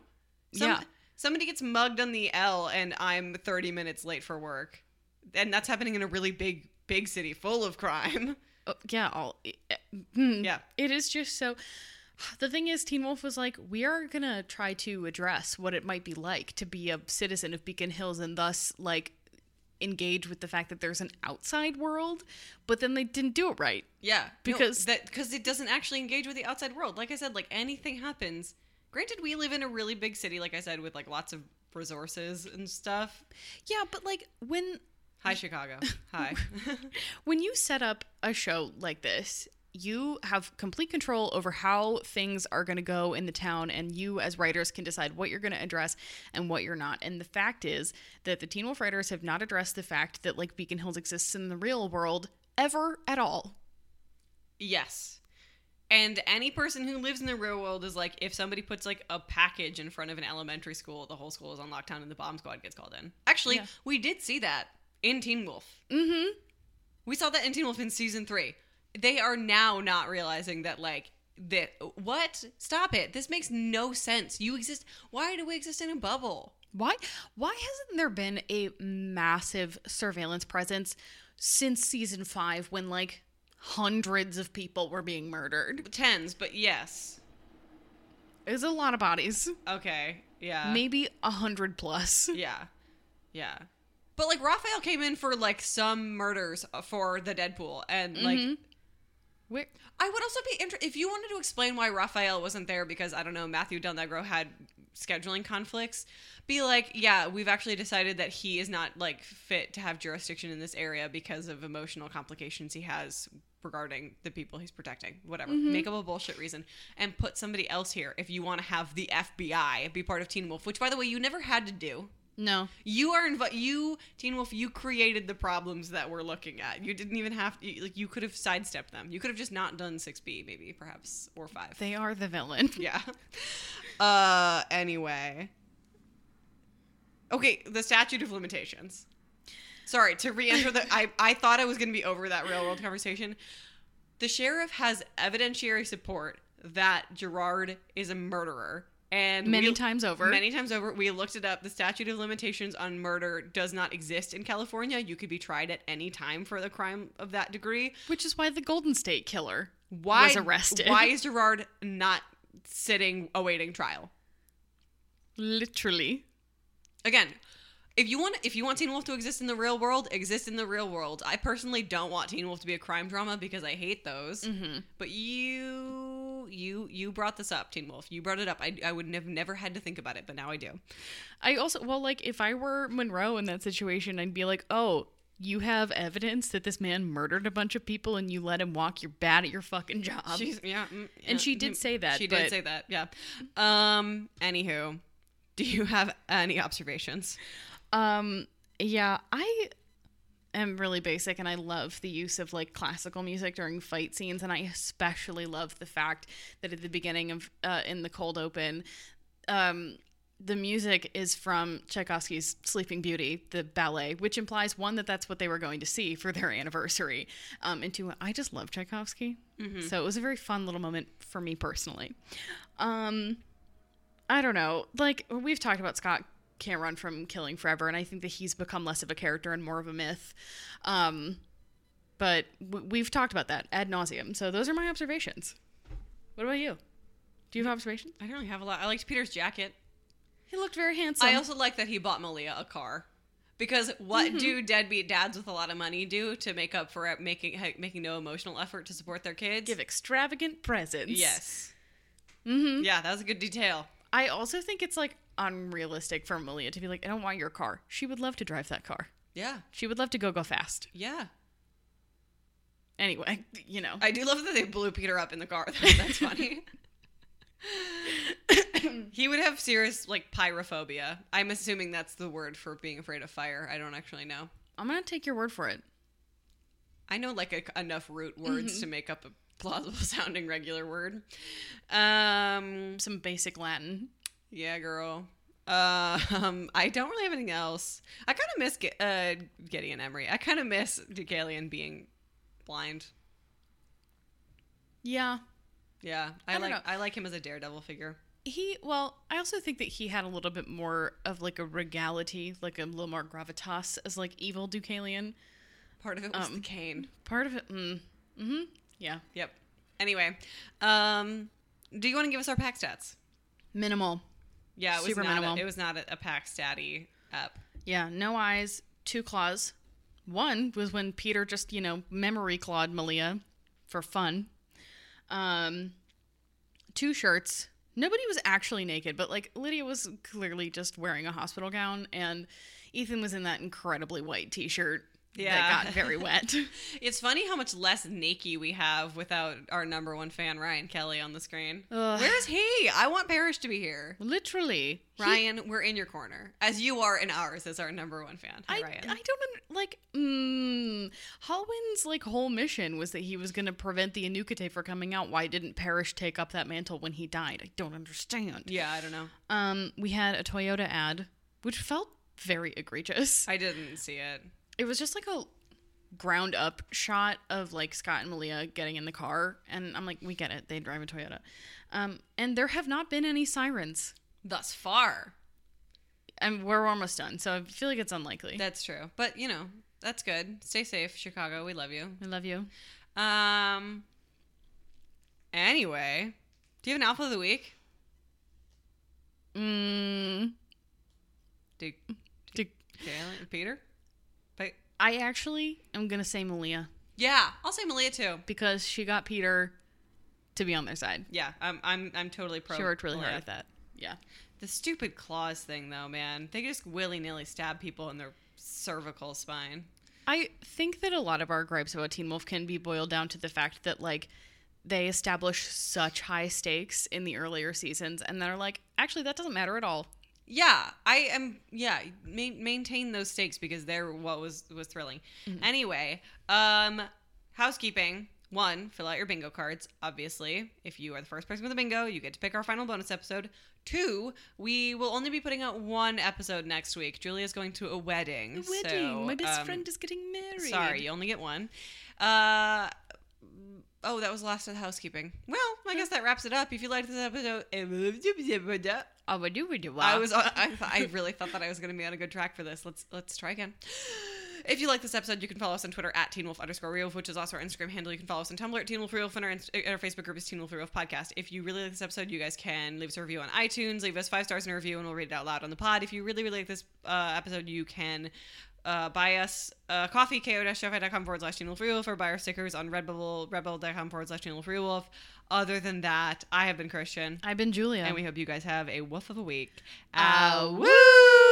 Speaker 2: Some,
Speaker 3: Yeah.
Speaker 2: Somebody gets mugged on the L and I'm 30 minutes late for work. And that's happening in a really big, big city full of crime.
Speaker 3: Oh, yeah, all mm,
Speaker 2: Yeah.
Speaker 3: It is just so. The thing is, Teen Wolf was like, we are gonna try to address what it might be like to be a citizen of Beacon Hills, and thus like engage with the fact that there's an outside world. But then they didn't do it right.
Speaker 2: Yeah.
Speaker 3: Because-
Speaker 2: that because it doesn't actually engage with the outside world. Like I said, like anything happens. Granted, we live in a really big city, like I said, with like lots of resources and stuff.
Speaker 3: Yeah, but like when
Speaker 2: Hi, Chicago. Hi.
Speaker 3: when you set up a show like this, you have complete control over how things are going to go in the town, and you, as writers, can decide what you're going to address and what you're not. And the fact is that the Teen Wolf writers have not addressed the fact that, like, Beacon Hills exists in the real world ever at all.
Speaker 2: Yes. And any person who lives in the real world is like, if somebody puts like a package in front of an elementary school, the whole school is on lockdown and the bomb squad gets called in. Actually,
Speaker 3: Yeah.
Speaker 2: we did see that in Teen Wolf.
Speaker 3: Mm
Speaker 2: We saw that in Teen Wolf in season three. They are now not realizing that, like, that what? Stop it. This makes no sense. You exist. Why do we exist in a bubble?
Speaker 3: hmm. Why? Why hasn't there been a massive surveillance presence since season five when, like, hundreds of people were being murdered?
Speaker 2: Tens, but yes.
Speaker 3: There's a lot of bodies,
Speaker 2: Okay. Yeah.
Speaker 3: maybe a hundred plus.
Speaker 2: Yeah. Yeah. But like Raphael came in for like some murders for the Deadpool and like
Speaker 3: Mhm. Where?
Speaker 2: I would also be interested if you wanted to explain why Raphael wasn't there because I don't know Matthew Del Negro had scheduling conflicts. Be like, yeah, we've actually decided that he is not like fit to have jurisdiction in this area because of emotional complications he has regarding the people he's protecting. Whatever, make up a bullshit reason and put somebody else here if you want to have the FBI be part of Teen Wolf, which by the way you never had to do.
Speaker 3: No.
Speaker 2: You are inv- you Teen Wolf. You created the problems that we're looking at. You didn't even have to, like you could have sidestepped them. You could have just not done six B, maybe perhaps or five.
Speaker 3: They are the villain.
Speaker 2: Yeah. Uh. Anyway. Okay, the statute of limitations. Sorry to re-enter the. I I thought I was going to be over that real world conversation. The sheriff has evidentiary support that Gerard is a murderer. And
Speaker 3: many
Speaker 2: we-
Speaker 3: times over.
Speaker 2: Many times over, we looked it up. The statute of limitations on murder does not exist in California. You could be tried at any time for the crime of that degree.
Speaker 3: which is why the Golden State Killer
Speaker 2: Why
Speaker 3: was arrested.
Speaker 2: Why is Gerard not sitting awaiting trial?
Speaker 3: Literally.
Speaker 2: Again, if you want if you want Teen Wolf to exist in the real world, exist in the real world. I personally don't want Teen Wolf to be a crime drama because I hate those.
Speaker 3: Mm-hmm.
Speaker 2: But you you you brought this up, Teen Wolf. You brought it up. I I would have never had to think about it, but now I do.
Speaker 3: I also well, like if I were Monroe in that situation, I'd be like, oh. You have evidence that this man murdered a bunch of people and you let him walk. You're bad at your fucking job.
Speaker 2: She's, yeah, mm, yeah.
Speaker 3: and she did say that.
Speaker 2: She
Speaker 3: but-
Speaker 2: did say that. Yeah. Um. Anywho, do you have any observations?
Speaker 3: Um, yeah, I am really basic and I love the use of like classical music during fight scenes. And I especially love the fact that at the beginning of uh, in the cold open, um, the music is from Tchaikovsky's Sleeping Beauty, the ballet, which implies one that that's what they were going to see for their anniversary. Um, and two, I just love Tchaikovsky, so it was a very fun little moment for me personally. Um, I don't know. Like we've talked about Scott Cameron from Killing Forever, and I think that he's become less of a character and more of a myth. Um, but w- we've talked about that ad nauseum. So those are my observations. What about you? Do you have observations?
Speaker 2: I don't really have a lot. I liked Peter's jacket.
Speaker 3: He looked very handsome.
Speaker 2: I also like that he bought Malia a car. Because what do deadbeat dads with a lot of money do to make up for making ha- making no emotional effort to support their kids?
Speaker 3: give extravagant presents.
Speaker 2: Yes.
Speaker 3: Mm-hmm.
Speaker 2: Yeah, that was a good detail.
Speaker 3: I also think it's like unrealistic for Malia to be like, I don't want your car. She would love to drive that car.
Speaker 2: Yeah.
Speaker 3: She would love to go go fast.
Speaker 2: Yeah.
Speaker 3: Anyway, you know.
Speaker 2: I do love that they blew Peter up in the car. though. That's funny. he would have serious like pyrophobia. I'm assuming that's the word for being afraid of fire. I don't actually know.
Speaker 3: I'm gonna take your word for it.
Speaker 2: I know like a, enough root words to make up a plausible sounding regular word. Um,
Speaker 3: Some basic Latin.
Speaker 2: yeah, girl. Uh, um, I don't really have anything else. I kind of miss G- uh, Gideon Emery. I kind of miss DeGaleon being blind.
Speaker 3: Yeah.
Speaker 2: Yeah, I,
Speaker 3: I don't
Speaker 2: like
Speaker 3: know.
Speaker 2: I like him as a daredevil figure.
Speaker 3: He well, I also think that he had a little bit more of like a regality, like a little more gravitas as like evil Deucalion.
Speaker 2: Part of it was the
Speaker 3: Um,
Speaker 2: cane.
Speaker 3: Part of it, mm, mm-hmm, yeah,
Speaker 2: Yep. Anyway, um, do you want to give us our pack stats?
Speaker 3: minimal.
Speaker 2: Yeah, it was
Speaker 3: Super
Speaker 2: not.
Speaker 3: minimal.
Speaker 2: A, it was not a, a pack statty up.
Speaker 3: Yeah, no eyes, two claws. One was when Peter just, you know, memory clawed Malia for fun. Um, two shirts. Nobody was actually naked, but like Lydia was clearly just wearing a hospital gown, and Ethan was in that incredibly white t shirt
Speaker 2: Yeah.
Speaker 3: that got very wet.
Speaker 2: It's funny how much less Nakey we have without our number one fan Ryan Kelly on the screen.
Speaker 3: Ugh.
Speaker 2: Where is he? I want Parrish to be here.
Speaker 3: Literally, He-
Speaker 2: Ryan, we're in your corner, as you are in ours as our number one fan. Hi,
Speaker 3: I, I
Speaker 2: Ryan.
Speaker 3: don't under, like mm, Hallwin's like whole mission was that he was going to prevent the Anukate from coming out. Why didn't Parrish take up that mantle when he died? I don't understand.
Speaker 2: yeah, I don't know.
Speaker 3: Um, we had a Toyota ad, which felt very egregious.
Speaker 2: I didn't see it.
Speaker 3: It was just like a ground up shot of like Scott and Malia getting in the car, and I'm like, we get it, they drive a Toyota. Um, and there have not been any sirens,
Speaker 2: Thus far.
Speaker 3: and we're almost done, so I feel like it's unlikely.
Speaker 2: That's true. But, you know, that's good. Stay safe, Chicago. We love you.
Speaker 3: I love you.
Speaker 2: Um. Anyway, do you have an alpha of the week?
Speaker 3: Mm,
Speaker 2: Do,
Speaker 3: do-
Speaker 2: Jalen, Peter? But
Speaker 3: I actually am gonna say Malia
Speaker 2: yeah, I'll say Malia too.
Speaker 3: because she got Peter to be on their side.
Speaker 2: Yeah, I'm I'm I'm totally pro.
Speaker 3: she worked really
Speaker 2: Malia.
Speaker 3: hard at that. Yeah.
Speaker 2: The stupid claws thing, though, man, they just willy nilly stab people in their cervical spine.
Speaker 3: I think that a lot of our gripes about Teen Wolf can be boiled down to the fact that like they establish such high stakes in the earlier seasons and they're like, actually that doesn't matter at all.
Speaker 2: Yeah, I am. Yeah, ma- maintain those stakes because they're what was was thrilling. Anyway, um, housekeeping. One, fill out your bingo cards. Obviously, if you are the first person with a bingo, you get to pick our final bonus episode. Two, we will only be putting out one episode next week. Julia's going to a wedding. so, um,
Speaker 3: is getting married.
Speaker 2: Sorry, you only get one. Uh, Oh, that was Lost in Housekeeping. Well, I guess that wraps it up. If you liked this episode, eh,
Speaker 3: I would do, would do.
Speaker 2: I was I, I really thought that I was going to be on a good track for this. Let's let's try again. If you like this episode, you can follow us on Twitter at Teen Wolf underscore Real, which is also our Instagram handle. You can follow us on Tumblr at Teen Wolf Real, and our, Inst- our Facebook group is Teen Wolf Real Podcast. If you really like this episode, you guys can leave us a review on iTunes, leave us five stars in a review, and we'll read it out loud on the pod. If you really really like this uh, episode, you can uh, buy us uh, coffee, ko-fi.com forward slash Teen Wolf Real Wolf, or buy our stickers on Redbubble, redbubble.com forward slash Teen Wolf Real Wolf. Other than that, I have been Christian.
Speaker 3: I've been Julia.
Speaker 2: And we hope you guys have a woof of a week.
Speaker 3: Ah,
Speaker 2: woo!